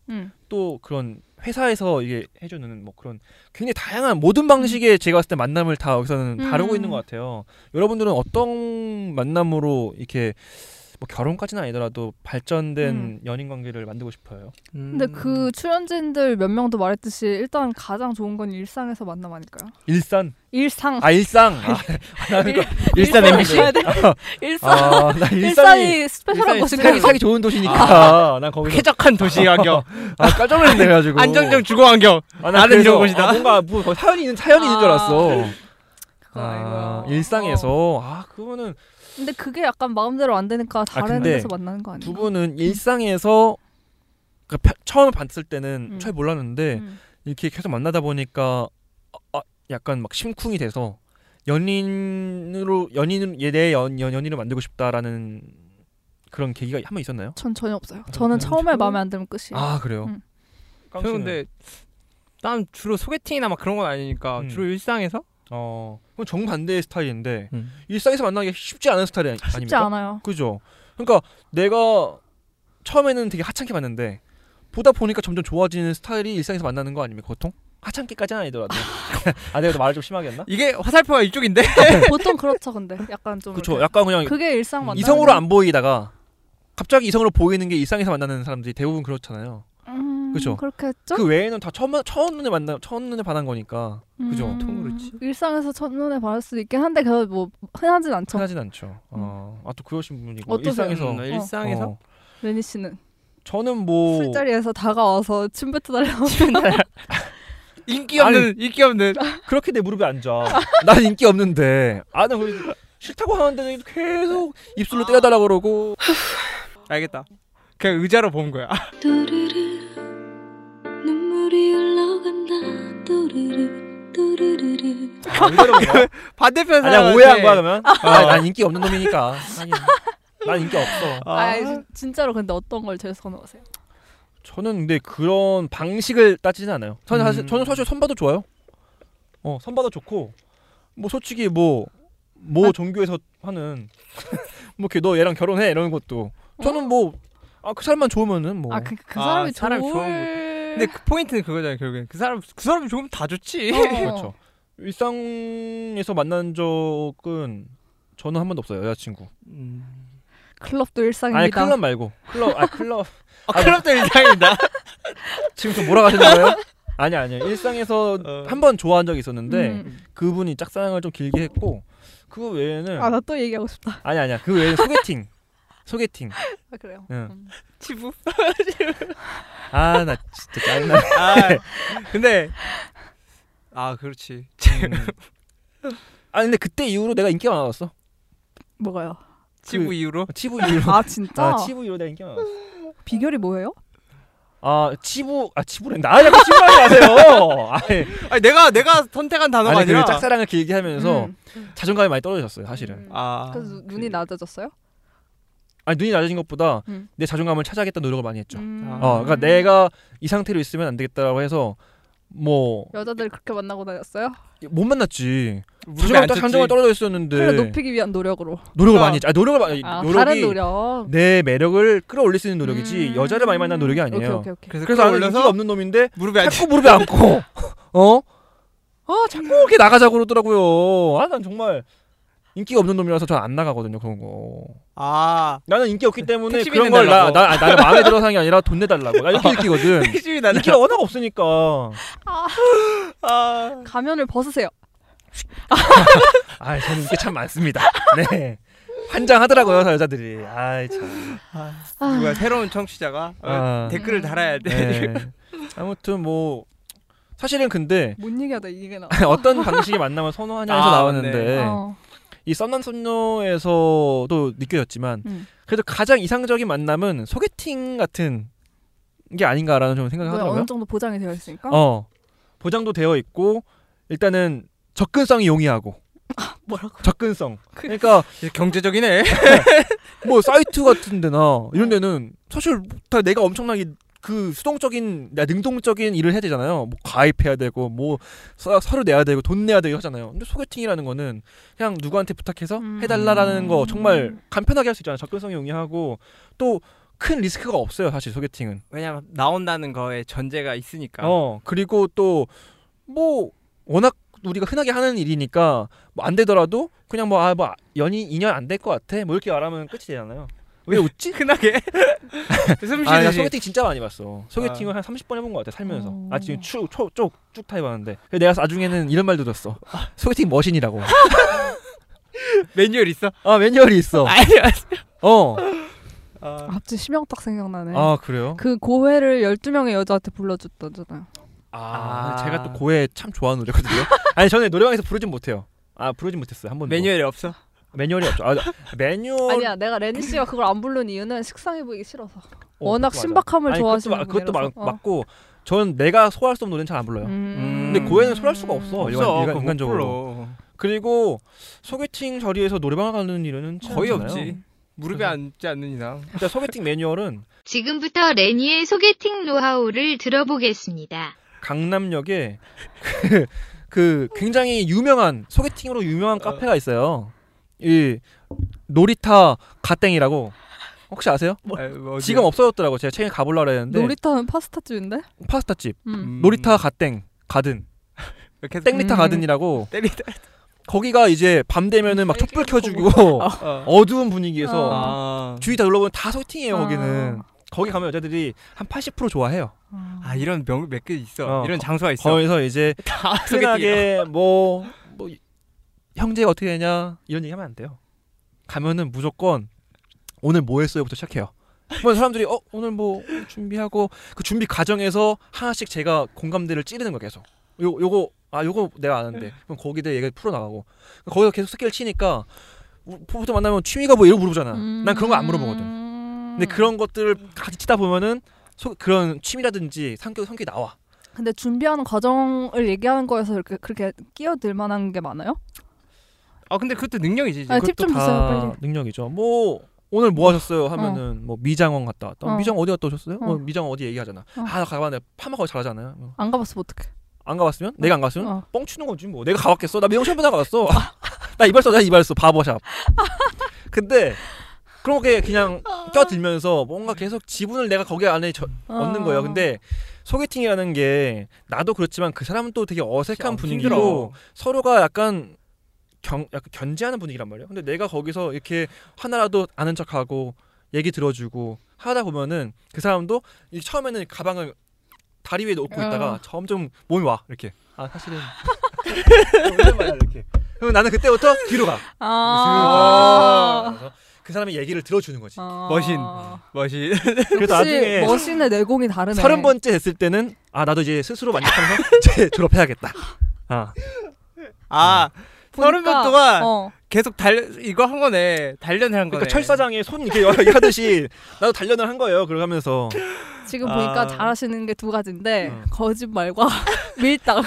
또
음.
그런 회사에서 이게 해주는 뭐 그런 굉장히 다양한 모든 방식의 제가 봤을 때 만남을 다 여기서는 다루고
음.
있는 것 같아요. 여러분들은 어떤 만남으로 이렇게 뭐 결혼까지는 아니더라도 발전된
음.
연인 관계를 만들고 싶어요.
음.
근데 그 출연진들 몇 명도 말했듯이 일단 가장 좋은 건 일상에서 만남 아닐까요?
일산
일상
아 일상 아,
일산 MBC.
가야 돼. 일산
아, 나 일산이
일산이 뭐 스페셜한
일산이
곳인가?
살기, 살기 좋은 도시니까 아, 난 거기서
쾌적한 도시 *laughs* 환경,
아, 깜짝 놀랐네 그래가지고
안정적 주거 환경.
아, 나
나는
그래서
이런 곳이다.
아, 뭔가 뭐 거기 사연이 있는 사연이 있는 줄 알았어.
그거
아,
아니고요. 어.
일상에서 아 그거는
근데 그게 약간 마음대로 안 되니까 다른
아, 근데
데서 만나는 거 아니에요?
두 분은 일상에서 그러니까 펴- 처음에 봤을 때는
음.
잘 몰랐는데
음.
이렇게 계속 만나다 보니까 아, 아, 약간 막 심쿵이 돼서 연인으로 연인 얘내 연, 연 연인을 만들고 싶다라는 그런 계기가 한 번 있었나요?
전 전혀 없어요.
아, 그래요?
저는 처음에
저는-
마음에 안 들면 끝이에요.
아 그래요.
음.
깡
저는
씨는?
근데 난 주로 소개팅이나 막 그런 건 아니니까
음.
주로 일상에서
어 그럼 정반대의 스타일인데
음.
일상에서 만나기 쉽지 않은 스타일이 아니,
쉽지
아닙니까?
않아요.
그죠. 그러니까 내가 처음에는 되게 하찮게 봤는데 보다 보니까 점점 좋아지는 스타일이 일상에서 만나는 거 아닙니까? 보통 하찮게까지는 *laughs* 아니더라도 아 내가 말을 좀 심하게 했나?
이게 화살표가 이쪽인데
*laughs*
보통 그렇죠, 근데 약간 좀.
그렇죠.
이렇게.
약간 그냥
그게 일상
음.
만나.
이성으로 안 보이다가 갑자기 이성으로 보이는 게 일상에서 만나는 사람들이 대부분 그렇잖아요.
음,
그쵸?
그렇겠죠.
그 외에는 다 처음 처음 눈에 만나 처음 눈에 반한 거니까 그죠.
보통 그렇지.
음. 일상에서 첫눈에 반할 수도 있긴 한데 그거 뭐 흔하진 않죠.
편하진 않죠. 어, 아또 그러신
음.
분이고
어떠세요?
일상에서
음, 일상에서 *laughs*
어.
레니 씨는
저는 뭐
술자리에서 다가와서 침 뱉어달라고.
*laughs* 인기 없는 인기 *laughs* 없는
그렇게 내 무릎에 *laughs* 앉아. 난 인기 없는데. 아, 나 거기 싫다고 하는데 계속 입술로 때려달라 그러고.
알겠다 그냥 의자로 본 거야
또르르 눈물이 흘러간다 또르르 또르르르
아, 왜 저러는 거야?
*laughs* 반대편 사람
아니야 오해한 거야 그러면. 아, 난 인기 없는 놈이니까. 하긴. 난 인기 없어.
아, 진짜로 근데 어떤 걸 제일 선호하세요?
저는 근데 그런 방식을 따지진 않아요. 저는 사실
음.
저는 사실 선봐도 좋아요. 어, 선봐도 좋고 뭐 솔직히 뭐 뭐 종교에서 하는 *laughs* 뭐 이렇게 너 얘랑 결혼해 이런 것도 저는 뭐 아 그 사람만 좋으면은 뭐
아 그 그
아,
사람이
사람이
좋을.
근데 그 포인트는 그거잖아 결국엔 그 사람 그 사람이 좋으면 다 좋지
어.
그렇죠. 일상에서 만난 적은 저는 한 번도 없어요 여자친구.
음.
클럽도 일상입니다.
아니 클럽 말고 클럽 아 클럽
아, 클럽도 일상이다
지금 좀 몰아가시는 거예요? 아니 아니요 일상에서
어.
한 번 좋아한 적이 있었는데
음.
그분이 짝사랑을 좀 길게 했고 그 외에는
아나 또 얘기하고 싶다.
아니 아니야 그 외에는 소개팅 소개팅
아, 그래요.
응.
음.
*laughs* 치부
아 나 진짜 짜증나
아 근데 아 그렇지
음. 아 근데 그때 이후로 내가 인기가 많아졌어
뭐가요?
치부 이후로
*laughs*
치부 이후로
아 진짜?
아 치부 이후로 내가 인기가 많아졌어
비결이 뭐예요?
아 치부 아 치부래 나 자꾸 치부 하지 마세요 아니
아니 내가 내가 선택한 단어가
아니
아니, 라
그 짝사랑을 길게 하면서
음.
자존감이 많이 떨어졌어요 사실은
음.
아
그래서 눈- 눈이 낮아졌어요?
아니 눈이 낮아진 것보다
음.
내 자존감을 찾아야겠다는 노력을 많이 했죠
음.
어 그러니까 내가 이 상태로 있으면 안 되겠다라고 해서 뭐 못
여자들 그렇게 만나고 다녔어요?
만났지
무릎에
자존감
안
딱 한정을
쳤지
떨어져 있었는데
그래 높이기 위한 노력으로.
노력을
아.
많이 했지 아 노력을 네. 많이
아,
노력이
다른 노력.
내 매력을 끌어올릴 수 있는 노력이지
음.
여자를 많이 만난 노력이 아니에요
오케이 그러니까 오케이 오케이.
그래서
그래서 나는 인기가
올려서
없는 놈인데
무릎에 안
자꾸 무릎에 앉고
*laughs*
어? 아 자꾸 이렇게 나가자고 그러더라고요 아 난 정말 인기가 없는 놈이라서 전 안 나가거든요 그런 거
아
나는 인기 없기 때문에
택시비
그런 걸 나
내달라고.
나 나는 마음에 들어서 하는 게 아니라 돈 내달라고 나 *laughs* 이렇게 느끼거든
핵심이 나는
인기가 워낙 없으니까
아
가면을 벗으세요.
아 저는 인기 참 많습니다 네 환장하더라고요 저 여자들이 아참
누가 새로운 청취자가 어,
아.
댓글을 달아야 돼
네. 아무튼 뭐 사실은 근데 *laughs*
못 얘기하다 이게 나.
어떤 방식의 만남을 선호하냐에서
아,
나왔는데
네.
어.
이 썸남 썸녀에서도 느껴졌지만
음.
그래도 가장 이상적인 만남은 소개팅 같은 게 아닌가라는 좀 생각을
뭐야,
하더라고요.
어느 정도 보장이 되어 있으니까.
어 보장도 되어 있고 일단은 접근성이 용이하고
뭐라고?
접근성 그러니까
경제적이네
뭐 사이트 같은 데나 이런 데는 사실 다 내가 엄청나게 그 수동적인 나 능동적인 일을 해야 되잖아요. 뭐 가입해야 되고 뭐 서, 류 내야 되고 돈 내야 되고 하잖아요. 근데 소개팅이라는 거는 그냥 누구한테 부탁해서
음.
해달라라는 거 정말 간편하게 할 수 있잖아요. 접근성이 용이하고 또 큰 리스크가 없어요. 사실 소개팅은.
왜냐면 나온다는 거에 전제가 있으니까
어 그리고 또 뭐 워낙 우리가 흔하게 하는 일이니까 뭐 안 되더라도 그냥 뭐 아 뭐 연인 인연 안 될 것 같아 뭐 이렇게 말하면 끝이 되잖아요. 왜 *laughs* 웃지?
*laughs* 흔하게 숨
네. 아, 나
쉬듯이
소개팅 진짜 많이 봤어. 소개팅을 한 30번 해본 것 같아, 살면서.
어.
아, 지금 쭉, 쭉, 쭉, 쭉 타해봤는데. 그래서 내가 나중에는 이런 말 *laughs* 들었어. 소개팅 머신이라고.
매뉴얼 있어
*laughs* 아, 매뉴얼이 있어.
아니야
어.
네.
아,
갑자기 심영탁 생각나네.
아, 그래요?
그 고회를 12명의 여자한테 불러줬다잖아요.
아,
아.
제가 또 고해 참 좋아하는 노래거든요. *laughs* 아니, 저는 노래방에서 부르진 못해요. 아, 부르진 못했어요. 한 번도.
매뉴얼이 없어
매뉴얼이 없죠. 아, 매뉴얼.
아니야, 내가 레니 씨가 그걸 안 부른 이유는 식상해 보이기 싫어서.
어,
워낙
그것도 맞아.
신박함을
아니,
좋아하시는
그것도, 마- 그것도
분이라서. 어.
마- 맞고 저는 내가 소화할 수 없는 노래는 잘 안 불러요.
음.
근데 고해는 소화할 수가 없어. 일반- 일반-
그거 못
인간적으로.
불러.
그리고 소개팅 자리에서 노래방을 가는 일은 참
거의
많아요.
없지. 무릎에
그래서-
앉지 않는 이상.
진짜 소개팅 매뉴얼은
지금부터 레니의 소개팅 노하우를 들어보겠습니다.
강남역에 그, 그 굉장히 유명한 소개팅으로 유명한 카페가 있어요. 이 놀이터 가땡이라고 혹시 아세요?
아유, 뭐 어디야?
뭐, 지금 없어졌더라고. 제가 최근에 가보려고 했는데
놀이터는 파스타집인데?
파스타집
음.
음.
어, 놀이터 가땡 가든
계속
땡리타
음.
가든이라고
때리다.
거기가 이제 밤 되면은
음.
막 촛불 켜주고
어.
*laughs* 어두운 분위기에서
어.
아.
주위 다 둘러보면 다 소개팅이에요
어.
거기는 거기 가면 여자들이 한 80% 좋아해요
아 이런 명몇개 있어.
어,
이런
거-
장소가 있어. 아,
거기서 이제
다 소개팅이야.
흔하게 뭐, 뭐 형제가 어떻게 되냐 이런 얘기 하면 안 돼요 가면은 무조건 오늘 뭐 했어요부터 시작해요 그러면 사람들이 어 오늘 뭐 준비하고 그 준비 과정에서 하나씩 제가 공감대를 찌르는 거 계속 요, 요거 아 요거 내가 아는데 그럼 거기에 대해 얘기 풀어나가고 거기서 계속 스킬 치니까 우- 보통 만나면 취미가 뭐 이런 거 물어보잖아 난 그런 거 안 물어보거든
음.
근데 그런 것들을 같이 치다 보면은 소- 그런 취미라든지 성격 성격이 나와.
근데 준비하는 과정을 얘기하는 거에서 이렇게 그렇게 끼어들 만한 게 많아요?
아 근데 그것도 능력이지. 이제.
아, 팁 좀 주세요, 빨리.
능력이죠. 뭐 오늘 뭐 하셨어요? 하면은 뭐 미장원 갔다 왔다.
어.
미장원 어디 갔다 오셨어요?
어.
뭐 미장원 어디 얘기하잖아.
어.
아, 나 가봤는데 파마 거기 잘하잖아요. 뭐.
안 가봤으면 어떡해.
안 가봤으면? 내가 안 가봤으면?
어.
뻥 치는 거지 뭐. 내가 가봤겠어? 나 미용샵에 나가봤어. *laughs* 나 이발소 나
*laughs*
이발소 바보샵. 근데 그런 게 그냥
어.
껴들면서 뭔가 계속 지분을 내가 거기 안에 저, 얻는 거예요. 근데 소개팅이라는 게 나도 그렇지만 그 사람은 또 되게 어색한
어,
분위기고
힘들어.
서로가 약간 경, 약간 견제하는 분위기란 말이에요. 근데 내가 거기서 이렇게 하나라도 아는 척하고 얘기 들어주고 하다 보면은 그 사람도 이 처음에는 가방을 다리 위에 놓고 있다가
어.
점점 몸이 와 이렇게. 아 사실은 *laughs* 오랜만이야 이렇게. 그럼 나는 그때부터 뒤로 가.
아.
그래서 그 사람의 얘기를 들어주는 거지.
아.
머신. 멋이. *laughs*
그래서
혹시
나중에
머신의 내공이 다르네.
서른 번째 됐을 때는 아 나도 이제 스스로 만족하면서 *laughs* 이제 졸업해야겠다. 아
아 서른
보니까,
번 동안
어.
계속 달 이거 한 거네. 단련을 한 거네.
그러니까 철사장에 손 이렇게 이렇게 하듯이 나도 단련을 한 거예요. 그러면서
지금
아. 어.
보니까 잘하시는 게 두 가지인데
음.
거짓말과 *laughs* 밀당.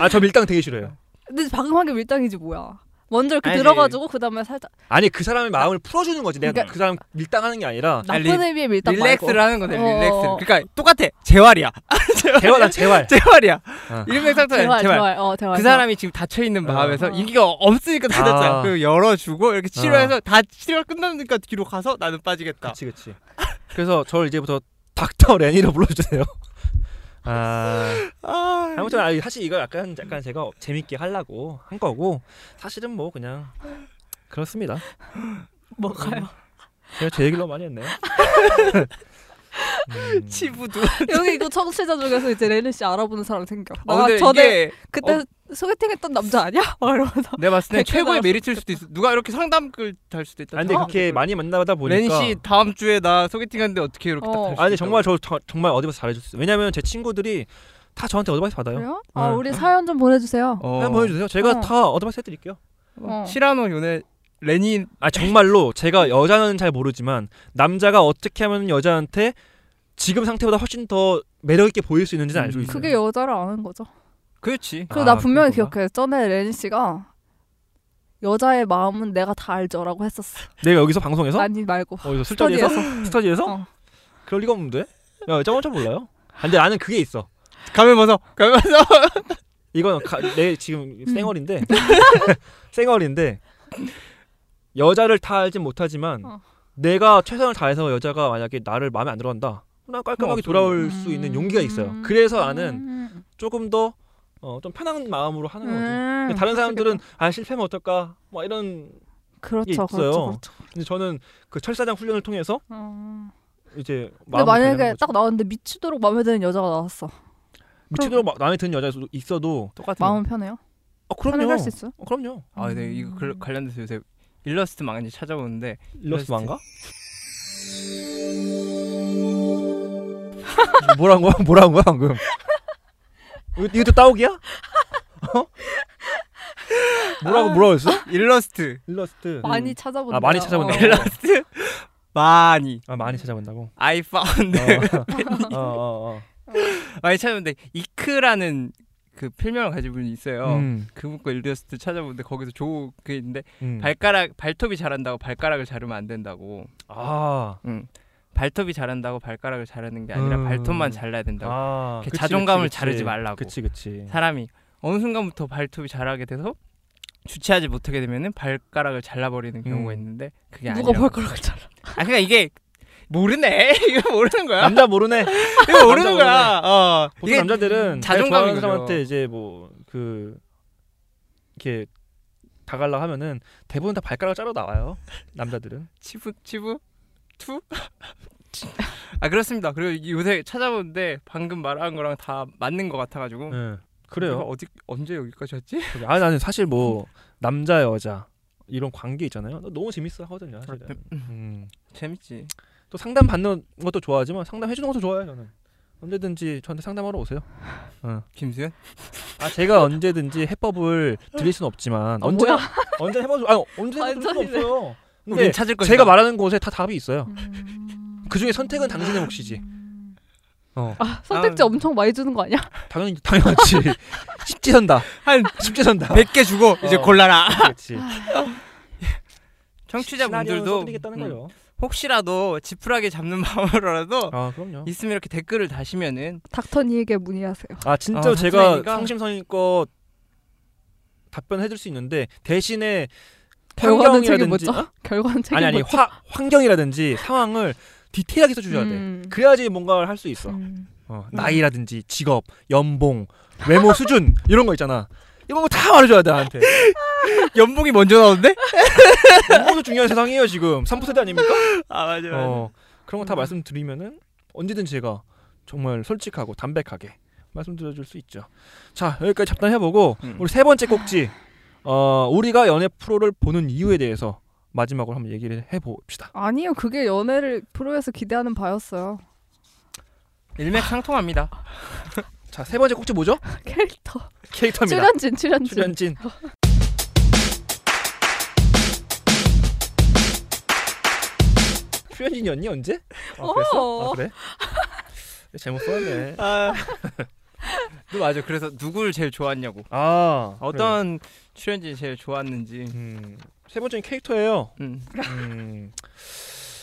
아 저 밀당 되게 싫어요.
근데 방금 한 게 밀당이지 뭐야. 먼저 이렇게
아니.
들어가지고 그 다음에 살짝
아니 그 사람의 마음을 풀어주는 거지. 내가
그러니까-
그 사람 밀당하는 게 아니라
아니,
나쁜 의미의 밀당
어, 릴렉스를
말고.
하는 거네.
어.
릴렉스. 그러니까 똑같아. 재활이야. *laughs*
재활 난
*laughs*
재활.
재활이야.
어.
일맥상통이야.
대화,
재활.
대화, 어, 대화.
그 사람이 지금 닫혀 있는 마음에서
어.
인기가 없으니까 닫았잖아.
아.
그 열어주고 이렇게 치료해서 다 치료 끝났으니까 뒤로 가서 나는 빠지겠다.
그렇지 그렇지. 그래서 저를 이제부터 닥터 레니로 불러주세요. 아
아,
아무튼 아, 사실 이거 약간 약간 제가 재밌게 하려고 한 거고 사실은 뭐 그냥 그렇습니다.
뭐가요?
제가 제 얘기로 많이
아,
했네요. 음.
치부도.
여기 이거 청취자 중에서 이제 레니 씨 알아보는 사람 생겨. 나
어, 근데
전에
이게
그때
어.
소개팅했던 남자 아니야? *laughs* 막 이러면서.
내가 봤을 때
댓글
최고의
달았을
메리트일 수도 있어. 누가 이렇게 상담글 달 수도 있다.
아 근데 그렇게 많이 만나다
레니
보니까
씨 다음 주에 나 소개팅 하는데 어떻게 이렇게
어.
딱달수
아니 정말 저, 저- 정말 어디서 잘해줬어요. 왜냐면 제 친구들이 다 저한테 어드바이스 받아요.
그래요? 아
네.
우리 사연 좀 보내주세요.
한번 보여주세요. 제가
어.
다 어드바이스 해드릴게요.
어.
시라노 요네 레니
아 정말로 제가 여자는 잘 모르지만 남자가 어떻게 하면 여자한테 지금 상태보다 훨씬 더 매력 있게 보일 수 있는지는 알고 있어요.
그게 여자를 아는 거죠.
그렇지.
그리고 나 분명히
아, 그런 건가?
기억해. 전에 레니 씨가 여자의 마음은 내가 다 알죠라고 했었어.
내가 여기서 방송에서
아니 말고
어디서 술자리에서 스터디에서
어.
그럴 리가 없는데. 야, 저건 좀 몰라요. 아, 근데 나는 그게 있어.
가면 벗어. 가면 벗어.
*laughs*
이건 가, 내 지금
음.
쌩얼인데 *laughs* 쌩얼인데 여자를 다 알진 못하지만
어.
내가 최선을 다해서 여자가 만약에 나를 마음에 안 들어한다 난 깔끔하게
어,
돌아올
음.
수 있는 용기가 있어요
음.
그래서 나는
음.
조금 더 어, 좀 편한 마음으로 하는 거지
음.
근데 다른 사람들은 아 실패하면 어떨까 뭐 이런 게
그렇죠,
있어요
그렇죠, 그렇죠.
근데 저는 그 철사장 훈련을 통해서
음.
이제
근데
마음을
만약에
단련하는 거죠.
딱 나왔는데 미치도록 마음에 드는 여자가 나왔어.
미치도록 마- 마음에 드는 여자 있어도 똑같은
마음 편해요?
어,
편하게
그럼요
할 수 있어요?
어, 그럼요
아,
음.
네 이거 글- 관련돼서 요새 일러스트 망한지 찾아보는데
일러스트 *laughs*
일러스트.
망가? 뭐라는 거야? 뭐라는 거야 방금? 이거- 이것도 따오기야? 어? 뭐라고 뭐라고 했어?
일러스트
일러스트
많이 찾아본다.
아 많이
어.
*laughs* 찾아본다.
일러스트 많이
아 많이 찾아본다고.
I found
*laughs* 어, 어, 어.
*laughs* 많이 찾아봤는데 이크라는 그 필명을 가진 분이 있어요.
음,
그분 거 일리어스트 찾아보는데 거기서 좋은 게 있는데
음.
발가락 발톱이 자란다고 발가락을 자르면 안 된다고.
아,
음. 발톱이 자란다고 발가락을 자르는 게 아니라
음.
발톱만 잘라야 된다고.
아,
그
그치,
자존감을
그치,
자르지
그치.
말라고.
그치, 그치.
사람이 어느 순간부터 발톱이 자라게 돼서 주체하지 못하게 되면은 발가락을 잘라버리는 경우가
음.
있는데 그게 아니라.
누가 볼 거라고 잘라.
아 그러니까 이게 모르네. *laughs* 이거 모르는 거야.
남자 모르네.
이거 모르는
남자
거야. 어.
보통
이게
남자들은
자존감이
자존감
그래요.
사람한테 이제 뭐 그 이렇게 다갈라 하면은 대부분 다 발가락 자로 나와요. 남자들은.
치부 치부 투. *laughs* 아 그렇습니다. 그리고 요새 찾아보는데 방금 말한 거랑 다 맞는 것 같아가지고.
예.
내가
그래요.
어. 어디 언제 여기까지 왔지? *laughs*
아 나는 사실 뭐 남자 여자 이런 관계 있잖아요. 너무 재밌어 하거든요. 사실은. 음.
재밌지.
또 상담 받는 것도 좋아하지만 상담 해주는 것도 좋아해요. 저는 언제든지 저한테 상담하러 오세요.
김수현?
아 제가 언제든지 해법을 드릴 수는 없지만
아,
언제
뭐야?
언제 해봐도 아 언제 해봐도 수는
완전이네.
없어요.
우린
근데
찾을 거야.
제가 말하는 곳에 다 답이 있어요.
음.
그 중에 선택은 당신의 몫이지. 어
아, 선택지
아.
엄청 많이 주는 거 아니야? *laughs*
당연히 당연하지. *laughs* 십지선다.
한
십지선다.
100개 주고 이제
어.
골라라.
그렇지. 시나리오를
청취자분들도
써드리겠다는
음,
거죠.
혹시라도 지푸라기 잡는 *laughs* 마음으로라도
아 그럼요.
있으면 이렇게 댓글을 다시면은
닥터니에게 문의하세요.
아 진짜
아,
제가
선생님이니까?
상심선인껏 답변해줄 수 있는데 대신에
결과는 책임 못
환경이라든지 어?
져. 결과는 책임
아니 아니
못 져.
화, 환경이라든지 상황을 디테일하게 써줘야 돼.
음.
그래야지 뭔가를 할 수 있어.
음.
어, 나이라든지 직업, 연봉, 외모 수준 이런 거 있잖아. 이런 거 다 말해줘야 돼 나한테.
*laughs* 연봉이 먼저 나오는데?
연봉도 중요한 세상이에요 지금. 3% 아닙니까?
아 맞아 맞아.
어, 그런 거 다 말씀드리면은 언제든 제가 정말 솔직하고 담백하게 말씀드려줄 수 있죠. 자 여기까지 잡담해보고
음.
우리 세 번째 꼭지 어, 우리가 연애 프로를 보는 이유에 대해서 마지막으로 한번 얘기를 해봅시다.
아니요, 그게 연애를 프로에서 기대하는
*laughs*
바였어요.
일맥상통합니다.
자 세 번째 꼭지 뭐죠?
캐릭터.
캐릭터입니다.
*laughs* 출연진, 출연진.
출연진. 출연진이었니 언제? 아, 그랬어? 아, 그래? 잘못 써놨네.
아. 또 맞아. 그래서 누굴 제일 좋아했냐고.
아
어떤 출연진이 제일 좋았는지.
음, 세 번째는 캐릭터예요.
음.
음.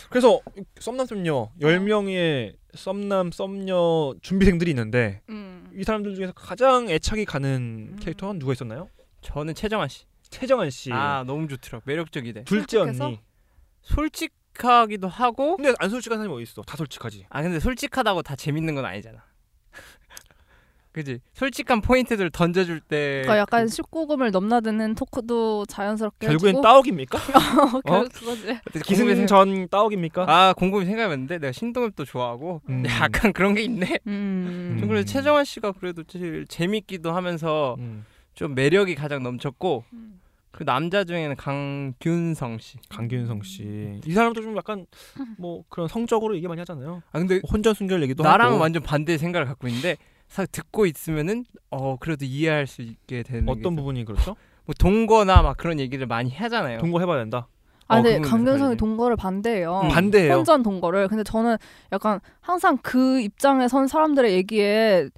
그래서 썸남 썸녀
어?
10명의 썸남 썸녀 준비생들이 있는데
음.
이 사람들 중에서 가장 애착이 가는
음.
캐릭터는 누가 있었나요?
저는 최정아 씨.
최정한 씨.
아 너무 좋더라. 매력적이대.
둘째 언니.
솔직해서?
솔직하기도 하고.
근데 안 솔직한 사람이 어디 있어? 다 솔직하지.
아 근데 솔직하다고 다 재밌는 건 아니잖아. *laughs* 그지? 솔직한 포인트들 던져줄 때.
그러니까 약간 19금을 넘나드는 토크도 자연스럽게
네, 결국엔
해주고 *laughs*
따옥입니까? 어?
결국 그거지.
그 곰곰이 생-
기승전 따옥입니까?
아 곰곰이 생각해봤는데 내가 신동엽도 좋아하고
음.
*laughs* 약간 그런 게 있네.
음.
좀 그래서 최정환 씨가 그래도 제일 재밌기도 하면서
음.
좀 매력이 가장 넘쳤고
음.
그 남자 중에는 강균성 씨.
강균성
음.
씨. 이 사람도 좀
*laughs*
약간 뭐 그런 성적으로 얘기 많이 하잖아요.
아 근데
혼전 순결 얘기도
나랑
하고.
완전 반대의 생각을 갖고 있는데 사 듣고 있으면은 어 그래도 이해할 수 있게 되는 게
어떤
있어요.
부분이 그렇죠?
뭐 동거나 막 그런 얘기를 많이 하잖아요.
동거해 봐야 된다.
아
어,
근데
그건
강균성이
다르지.
동거를 반대해요.
음.
반대예요.
혼전 동거를. 근데 저는 약간 항상 그 입장에 선 사람들의 얘기에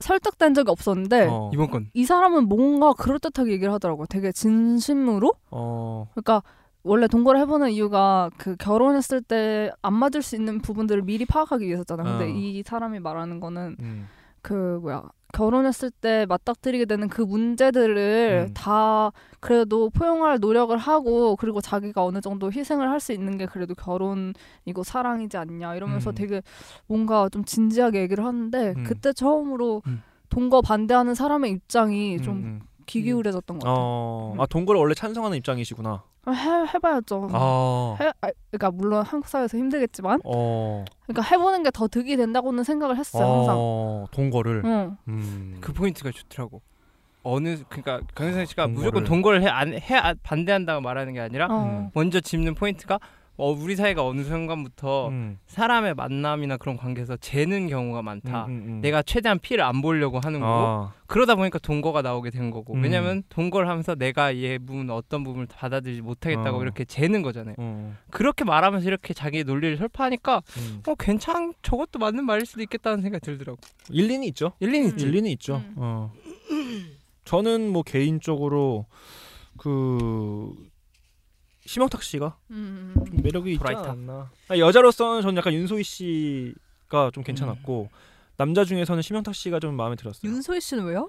설득된 적이 없었는데
어.
네, 이번 건
이 사람은 뭔가 그럴듯하게 얘기를 하더라고요. 되게 진심으로.
어.
그러니까 원래 동거를 해보는 이유가 그 결혼했을 때 안 맞을 수 있는 부분들을 미리 파악하기 위해서잖아. 근데
어.
이 사람이 말하는 거는
음.
그 뭐야 결혼했을 때 맞닥뜨리게 되는 그 문제들을
음.
다 그래도 포용할 노력을 하고 그리고 자기가 어느 정도 희생을 할 수 있는 게 그래도 결혼이고 사랑이지 않냐 이러면서
음.
되게 뭔가 좀 진지하게 얘기를 하는데
음.
그때 처음으로
음.
동거 반대하는 사람의 입장이
음,
좀
음.
귀 기울여졌던 것 같아요.
어.
음.
아, 동거를 원래 찬성하는 입장이시구나.
해 해봐야죠.
어. 아.
해, 아, 그러니까 물론 한국 사회에서 힘들겠지만
어.
그러니까 해보는 게 더 득이 된다고는 생각을 했어요 항상.
어, 동거를.
응.
음.
그 포인트가 좋더라고. 어느 그러니까 강윤성 씨가
동거를.
무조건 동거를 해 안 해 반대한다고 말하는 게 아니라
어.
음.
먼저 짚는 포인트가 어, 우리 사회가 어느 순간부터
음,
사람의 만남이나 그런 관계에서 재는 경우가 많다.
음, 음, 음.
내가 최대한 피를 안 보려고 하는 거고
아,
그러다 보니까 동거가 나오게 된 거고
음.
왜냐면 동거를 하면서 내가 얘 부분 어떤 부분을 받아들이지 못하겠다고
어.
이렇게 재는 거잖아요
어,
그렇게 말하면서 이렇게 자기 논리를 설파하니까
음.
어 괜찮 저것도 맞는 말일 수도 있겠다는 생각이 들더라고
일리는 있죠.
일리는 있지
일리는 있죠.
음.
어. 저는 뭐 개인적으로 그 심영탁 씨가
음.
좀 매력이 있지
브라이트.
않나. 아니, 여자로서는 저는 약간 윤소희 씨가 좀 괜찮았고 남자 중에서는 심영탁 씨가 좀 마음에 들었어요.
윤소희 씨는 왜요?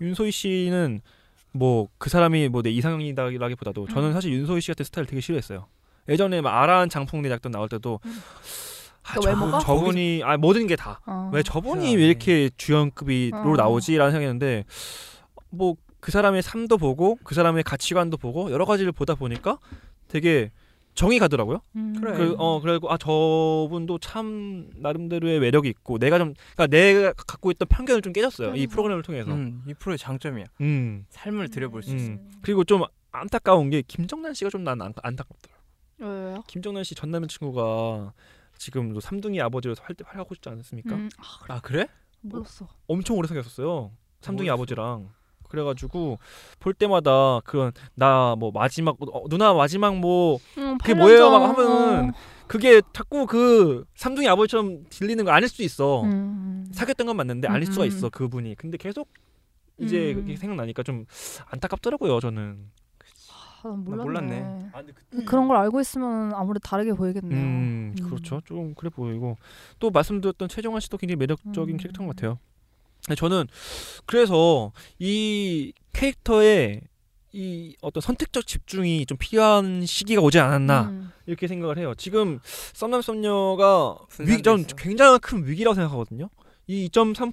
윤소희 씨는 뭐 그 사람이 뭐 내
음.
이상형이다라기보다도 저는 사실 윤소희 씨 같은 스타일 되게 싫어했어요. 예전에 막 아라한 장풍 내 작전 나올 때도 아,
음. 그
저,
외모가?
저분이 아 모든 게 다.
어.
왜 저분이
그래요.
왜 이렇게 주연급이로
어.
나오지라는 생각했는데 뭐 그 사람의 삶도 보고 그 사람의 가치관도 보고 여러 가지를 보다 보니까 되게 정이 가더라고요.
음.
그래.
그, 어 그리고 아 저분도 참 나름대로의 매력이 있고 내가 좀 그러니까 내가 갖고 있던 편견을 좀 깨졌어요. 이 프로그램을 통해서.
음, 이 프로의 장점이야
음.
삶을 들여볼 수
음.
있어
그리고 좀 안타까운 게 김정란 씨가 좀 난 안타깝더라.
왜요?
김정란 씨 전 남자친구가 지금 또 삼둥이 아버지로 활 활약하고 싶지 않습니까?
음.
아 그래?
몰랐어.
엄청 오래 사귀었어요. 삼둥이
뭐였어?
아버지랑. 그래가지고 볼 때마다 그런 나 뭐 마지막 어, 누나 마지막 뭐
음,
그게
팔년
뭐예요? 막
전,
하면은 그게 자꾸 그 삼둥이 아버지처럼 들리는 거 아닐 수도 있어.
어. 음.
사귀었던 건 맞는데 아닐
음,
수가
음.
있어 그분이. 근데 계속 이제
음.
그게 생각나니까 좀 안타깝더라고요 저는.
아, 난
나
몰랐네.
몰랐네.
그런 걸 알고 있으면 아무래도 다르게 보이겠네요.
음,
음.
그렇죠. 좀 그래 보이고 또 말씀드렸던 최정환 씨도 굉장히
음.
매력적인 캐릭터인 것 같아요. 근데 저는 그래서 이 캐릭터의 이 어떤 선택적 집중이 좀 필요한 시기가 오지 않았나
음.
이렇게 생각을 해요. 지금 썸남 썸녀가
분산돼
위, 전
있어요.
굉장히 큰 위기라고 생각하거든요. 이 2.3%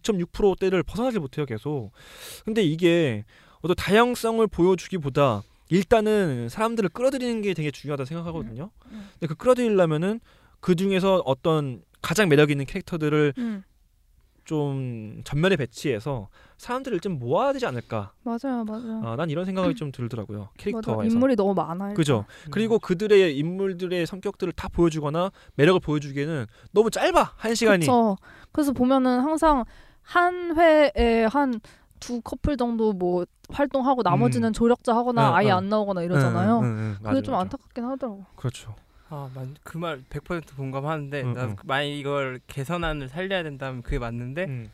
2.6%대를 벗어나질 못해요 계속. 근데 이게 어떤 다양성을 보여주기보다 일단은 사람들을 끌어들이는 게 되게 중요하다 생각하거든요.
음.
근데 그 끌어들이려면은 그 중에서 어떤 가장 매력 있는 캐릭터들을
음.
좀 전면에 배치해서 사람들을 좀 모아야 되지 않을까.
맞아요, 맞아요.
아, 난 이런 생각이 좀 들더라고요.
맞아.
캐릭터에서.
어. 음. 인물이 너무 많아요.
그죠.
음.
그리고 그들의 인물들의 성격들을 다 보여주거나 매력을 보여주기에는 너무 짧아 한 시간이.
그렇죠. 그래서 보면은 항상 한 회에 한 두 커플 정도 뭐 활동하고 나머지는 조력자 하거나
음. 응,
아예
응.
안 나오거나 이러잖아요.
응, 응, 응,
그게
음, 맞아,
좀
맞아.
안타깝긴 하더라고.
그렇죠.
아그말 100% 공감하는데
응,
나
응.
만약 이걸 개선안을 살려야 된다면 그게 맞는데
음.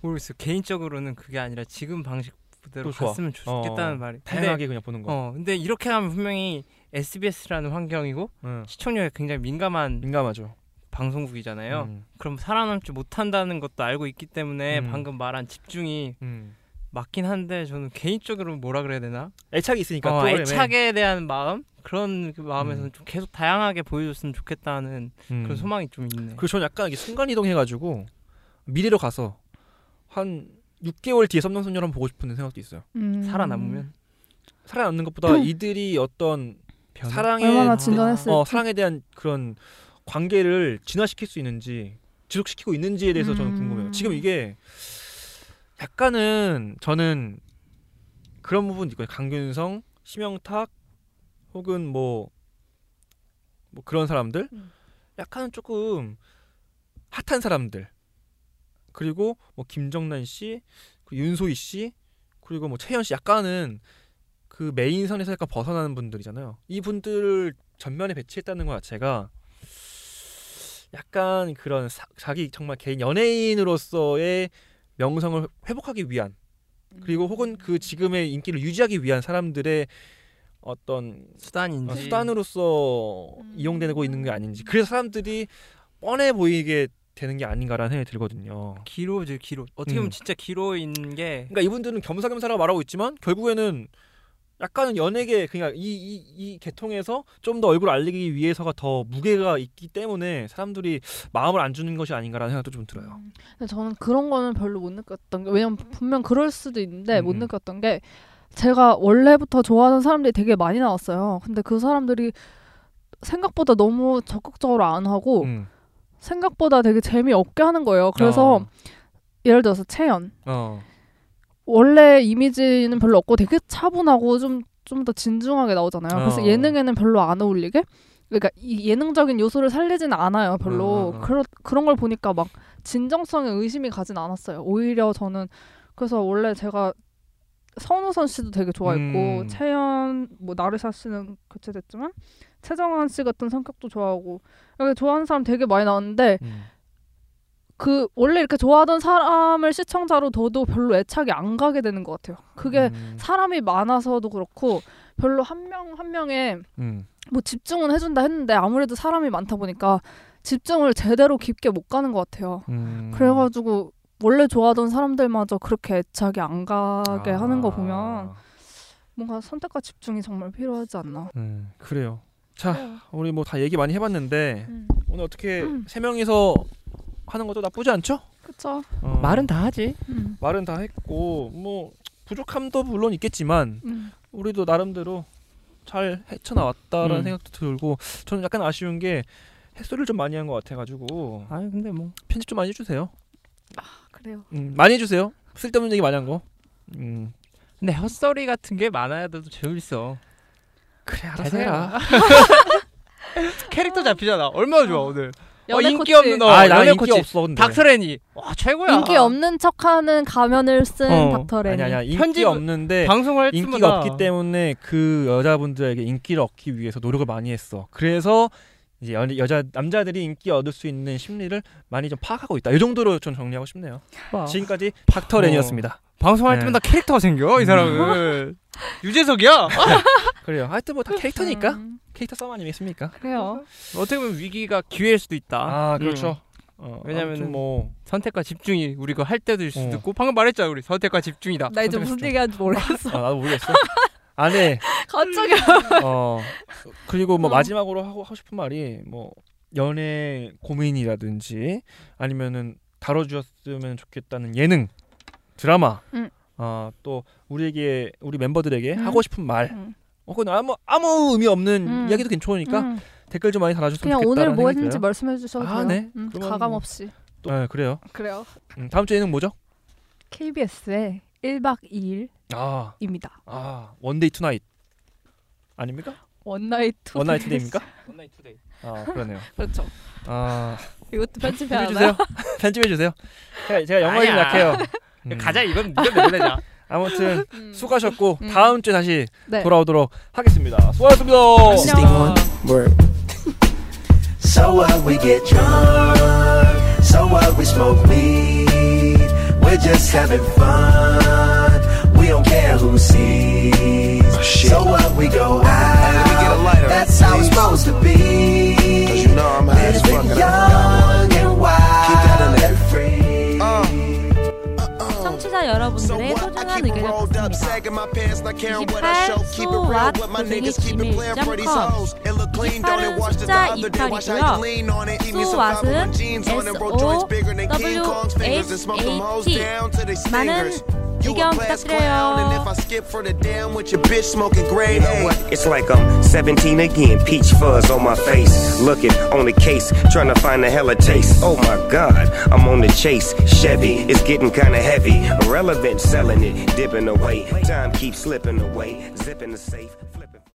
모르겠어 개인적으로는 그게 아니라 지금 방식 그대로
또 좋아.
갔으면 좋겠다는
어,
말이 근데,
다양하게 그냥 보는 거.
어 근데 이렇게 하면 분명히 SBS라는 환경이고
응.
시청률에 굉장히 민감한
민감하죠.
방송국이잖아요.
음,
그럼 살아남지 못한다는 것도 알고 있기 때문에
음.
방금 말한 집중이
음.
맞긴 한데 저는 개인적으로 뭐라 그래야 되나?
그러니까 애착이 있으니까
어,
프로그램에.
애착에 대한 마음 그런 그 마음에서는 좀 계속 다양하게 보여줬으면 좋겠다는
음.
그런 소망이 좀 있네.
그리고 저는 약간 이게 순간 이동해가지고 미래로 가서 한 6개월 뒤에 썸남 썸녀를 한번 보고 싶은 생각도 있어요.
음.
살아남으면
살아남는 것보다 이들이 어떤 사랑의
얼마나 진전했을지.
어, 사랑에 대한 그런 관계를 진화시킬 수 있는지 지속시키고 있는지에 대해서 저는
음.
궁금해요. 지금 이게 약간은 저는 그런 부분 있거든요. 강균성, 심영탁 혹은 뭐, 뭐 그런 사람들
음.
약간은 조금 핫한 사람들 그리고 뭐 김정란 씨, 그 윤소희 씨 그리고 뭐 채연 씨 약간은 그 메인선에서 약간 벗어나는 분들이잖아요. 이 분들을 전면에 배치했다는 것 자체가 약간 그런 사- 자기 정말 개인 연예인으로서의 명성을 회복하기 위한 그리고 혹은 그 지금의 인기를 유지하기 위한 사람들의 어떤 아,
수단인지
수단으로서 이용되고 있는 게 아닌지 그래서 사람들이 뻔해 보이게 되는 게 아닌가라는 생각이 들거든요.
기로죠 기로.
음.
어떻게 보면 진짜 기로인 게
그러니까 이분들은 겸사겸사라고 말하고 있지만 결국에는 약간은 연예계 그러니까 이 이 이 계통에서 좀 더 얼굴 알리기 위해서가 더 무게가 있기 때문에 사람들이 마음을 안 주는 것이 아닌가라는 생각도 좀 들어요.
음. 근데 저는 그런 거는 별로 못 느꼈던 게 왜냐면 분명 그럴 수도 있는데 못
음, 음.
느꼈던 게 제가 원래부터 좋아하는 사람들이 되게 많이 나왔어요. 근데 그 사람들이 생각보다 너무 적극적으로 안 하고
음.
생각보다 되게 재미없게 하는 거예요. 그래서
아.
예를 들어서 채연
어. 어.
원래 이미지는 별로 없고 되게 차분하고 좀 좀 더 진중하게 나오잖아요. 그래서
어.
예능에는 별로 안 어울리게 그러니까 이 예능적인 요소를 살리진 않아요 별로
음, 음, 음.
그런 그런 걸 보니까 막 진정성에 의심이 가진 않았어요 오히려 저는 그래서 원래 제가 선우선 씨도 되게 좋아했고
음.
채연 뭐 나르샤 씨는 교체됐지만 최정환 씨 같은 성격도 좋아하고 이렇게 좋아하는 사람 되게 많이 나왔는데
음.
그 원래 이렇게 좋아하던 사람을 시청자로 둬도 별로 애착이 안 가게 되는 것 같아요 그게
음.
사람이 많아서도 그렇고 별로 한 명 한 명에
음.
뭐 집중은 해준다 했는데 아무래도 사람이 많다 보니까 집중을 제대로 깊게 못 가는 것 같아요.
음.
그래가지고 원래 좋아하던 사람들마저 그렇게 애착이 안 가게
아.
하는 거 보면 뭔가 선택과 집중이 정말 필요하지 않나.
음, 그래요.
네.
자, 우리 뭐 다 얘기 많이 해봤는데
네. 음.
오늘 어떻게
음.
세 명이서 하는 것도 나쁘지 않죠?
그쵸?
어,
말은 다 하지.
음.
말은 다 했고 뭐 부족함도 물론 있겠지만
음.
우리도 나름대로 잘 헤쳐나왔다라는
음.
생각도 들고 저는 약간 아쉬운 게 햇소리를 좀 많이 한 것 같아가지고
아 근데 뭐
편집 좀 많이 해주세요.
아, 그래요.
음, 많이 해주세요. 쓸데없는 얘기 많이 한 거. 음,
근데 헛소리 같은 게 많아야 돼도 재밌어.
그래
알아서 해라. *laughs* 캐릭터 잡히잖아. 얼마나 좋아 오늘. 어, 네.
연애
인기
코치.
없는 너.
아,
연애
나는 인기
코치.
없어. 근데.
닥터레니. 와 최고야.
인기 없는 척하는 가면을 쓴
어.
닥터렌.
아니 아니야. 인기
편집은-
없는데
방송할
인기가
네. 때마다
없기 때문에 그 여자분들에게 인기를 얻기 위해서 노력을 많이 했어. 그래서 이제 여, 여자 남자들이 인기 얻을 수 있는 심리를 많이 좀 파악하고 있다. 이 정도로 좀 정리하고 싶네요.
와.
지금까지 닥터 렌이었습니다.
방송할
네.
때마다 캐릭터가 생겨 이 사람은. *laughs* 유재석이야.
그래요. 하여튼 뭐 다 캐릭터니까
음,
캐릭터 싸움 아니겠습니까?
그래요.
어떻게 보면 위기가 기회일 수도 있다.
아 그렇죠. 어,
왜냐면은
아무튼 뭐
선택과 집중이 우리가 할 때도 있을 수도
어.
있고 방금 말했잖아 우리 선택과 집중이다.
나 이제 무슨 얘기하는지 모르겠어.
아, 나도 *laughs* 모르겠어. 아, 네. 안에
*laughs* 갑자기
어 그리고 뭐 마지막으로 하고 하고 싶은 말이 뭐 연애 고민이라든지 아니면은 다뤄주었으면 좋겠다는 예능 드라마 어,
음.
아또 우리에게 우리 멤버들에게
음.
하고 싶은 말
음.
어, 그건 아무 아무 의미 없는
음.
이야기도 괜찮으니까
음,
댓글 좀 많이 달아주셨으면
그냥
좋겠다.
오늘 뭐 했는지 말씀해 주셔도
아,
돼요.
네.
음,
그러면
가감
뭐.
없이.
또, 네, 그래요.
그래요.
음, 다음 주 예능 뭐죠?
KBS의 1박 2일입니다.
아, 아 원데이 투나잇 아닙니까?
원나잇 투.
원나잇 투데이입니까?
원나잇 투데이.
아 그러네요.
*laughs* 그렇죠.
아
이것도 편집해야
편집해주세요. *laughs*
하나요?
편집해주세요. 제가, 제가 영어이
아니야.
약해요. 음.
가자 이건 무조건 내보내자.
아무튼
음.
수고하셨고
음.
다음 주에 다시
네.
돌아오도록 하겠습니다. 수고하셨습니다.
안녕.
So what we get drunk, so what we smoke weed. We're just having fun. We don't care who sees.
Oh,
So what we go out.
Let me get a lighter,
That's how it's
please.
supposed to be.
Cause you know I'm high as
Living
fuck and I'm
young and wild.
Keep that in there. Uh.
and free.
청취자 여러분들의 소중한 의견을 받습니다. 28 소왓 골뱅이 gmail.com 28은 숫자 28이고요. 소왓은
E.
S-O-W-H-A-T 많은 의견 부탁드려요.
You know what?
It's like I'm 17 again. Peach fuzz on my face. Looking on the case, trying to find a hella taste. Oh my god, I'm on the chase. Chevy, it's getting kinda heavy. Irrelevant, selling it, dipping away. Time keeps slipping away. Zipping the safe.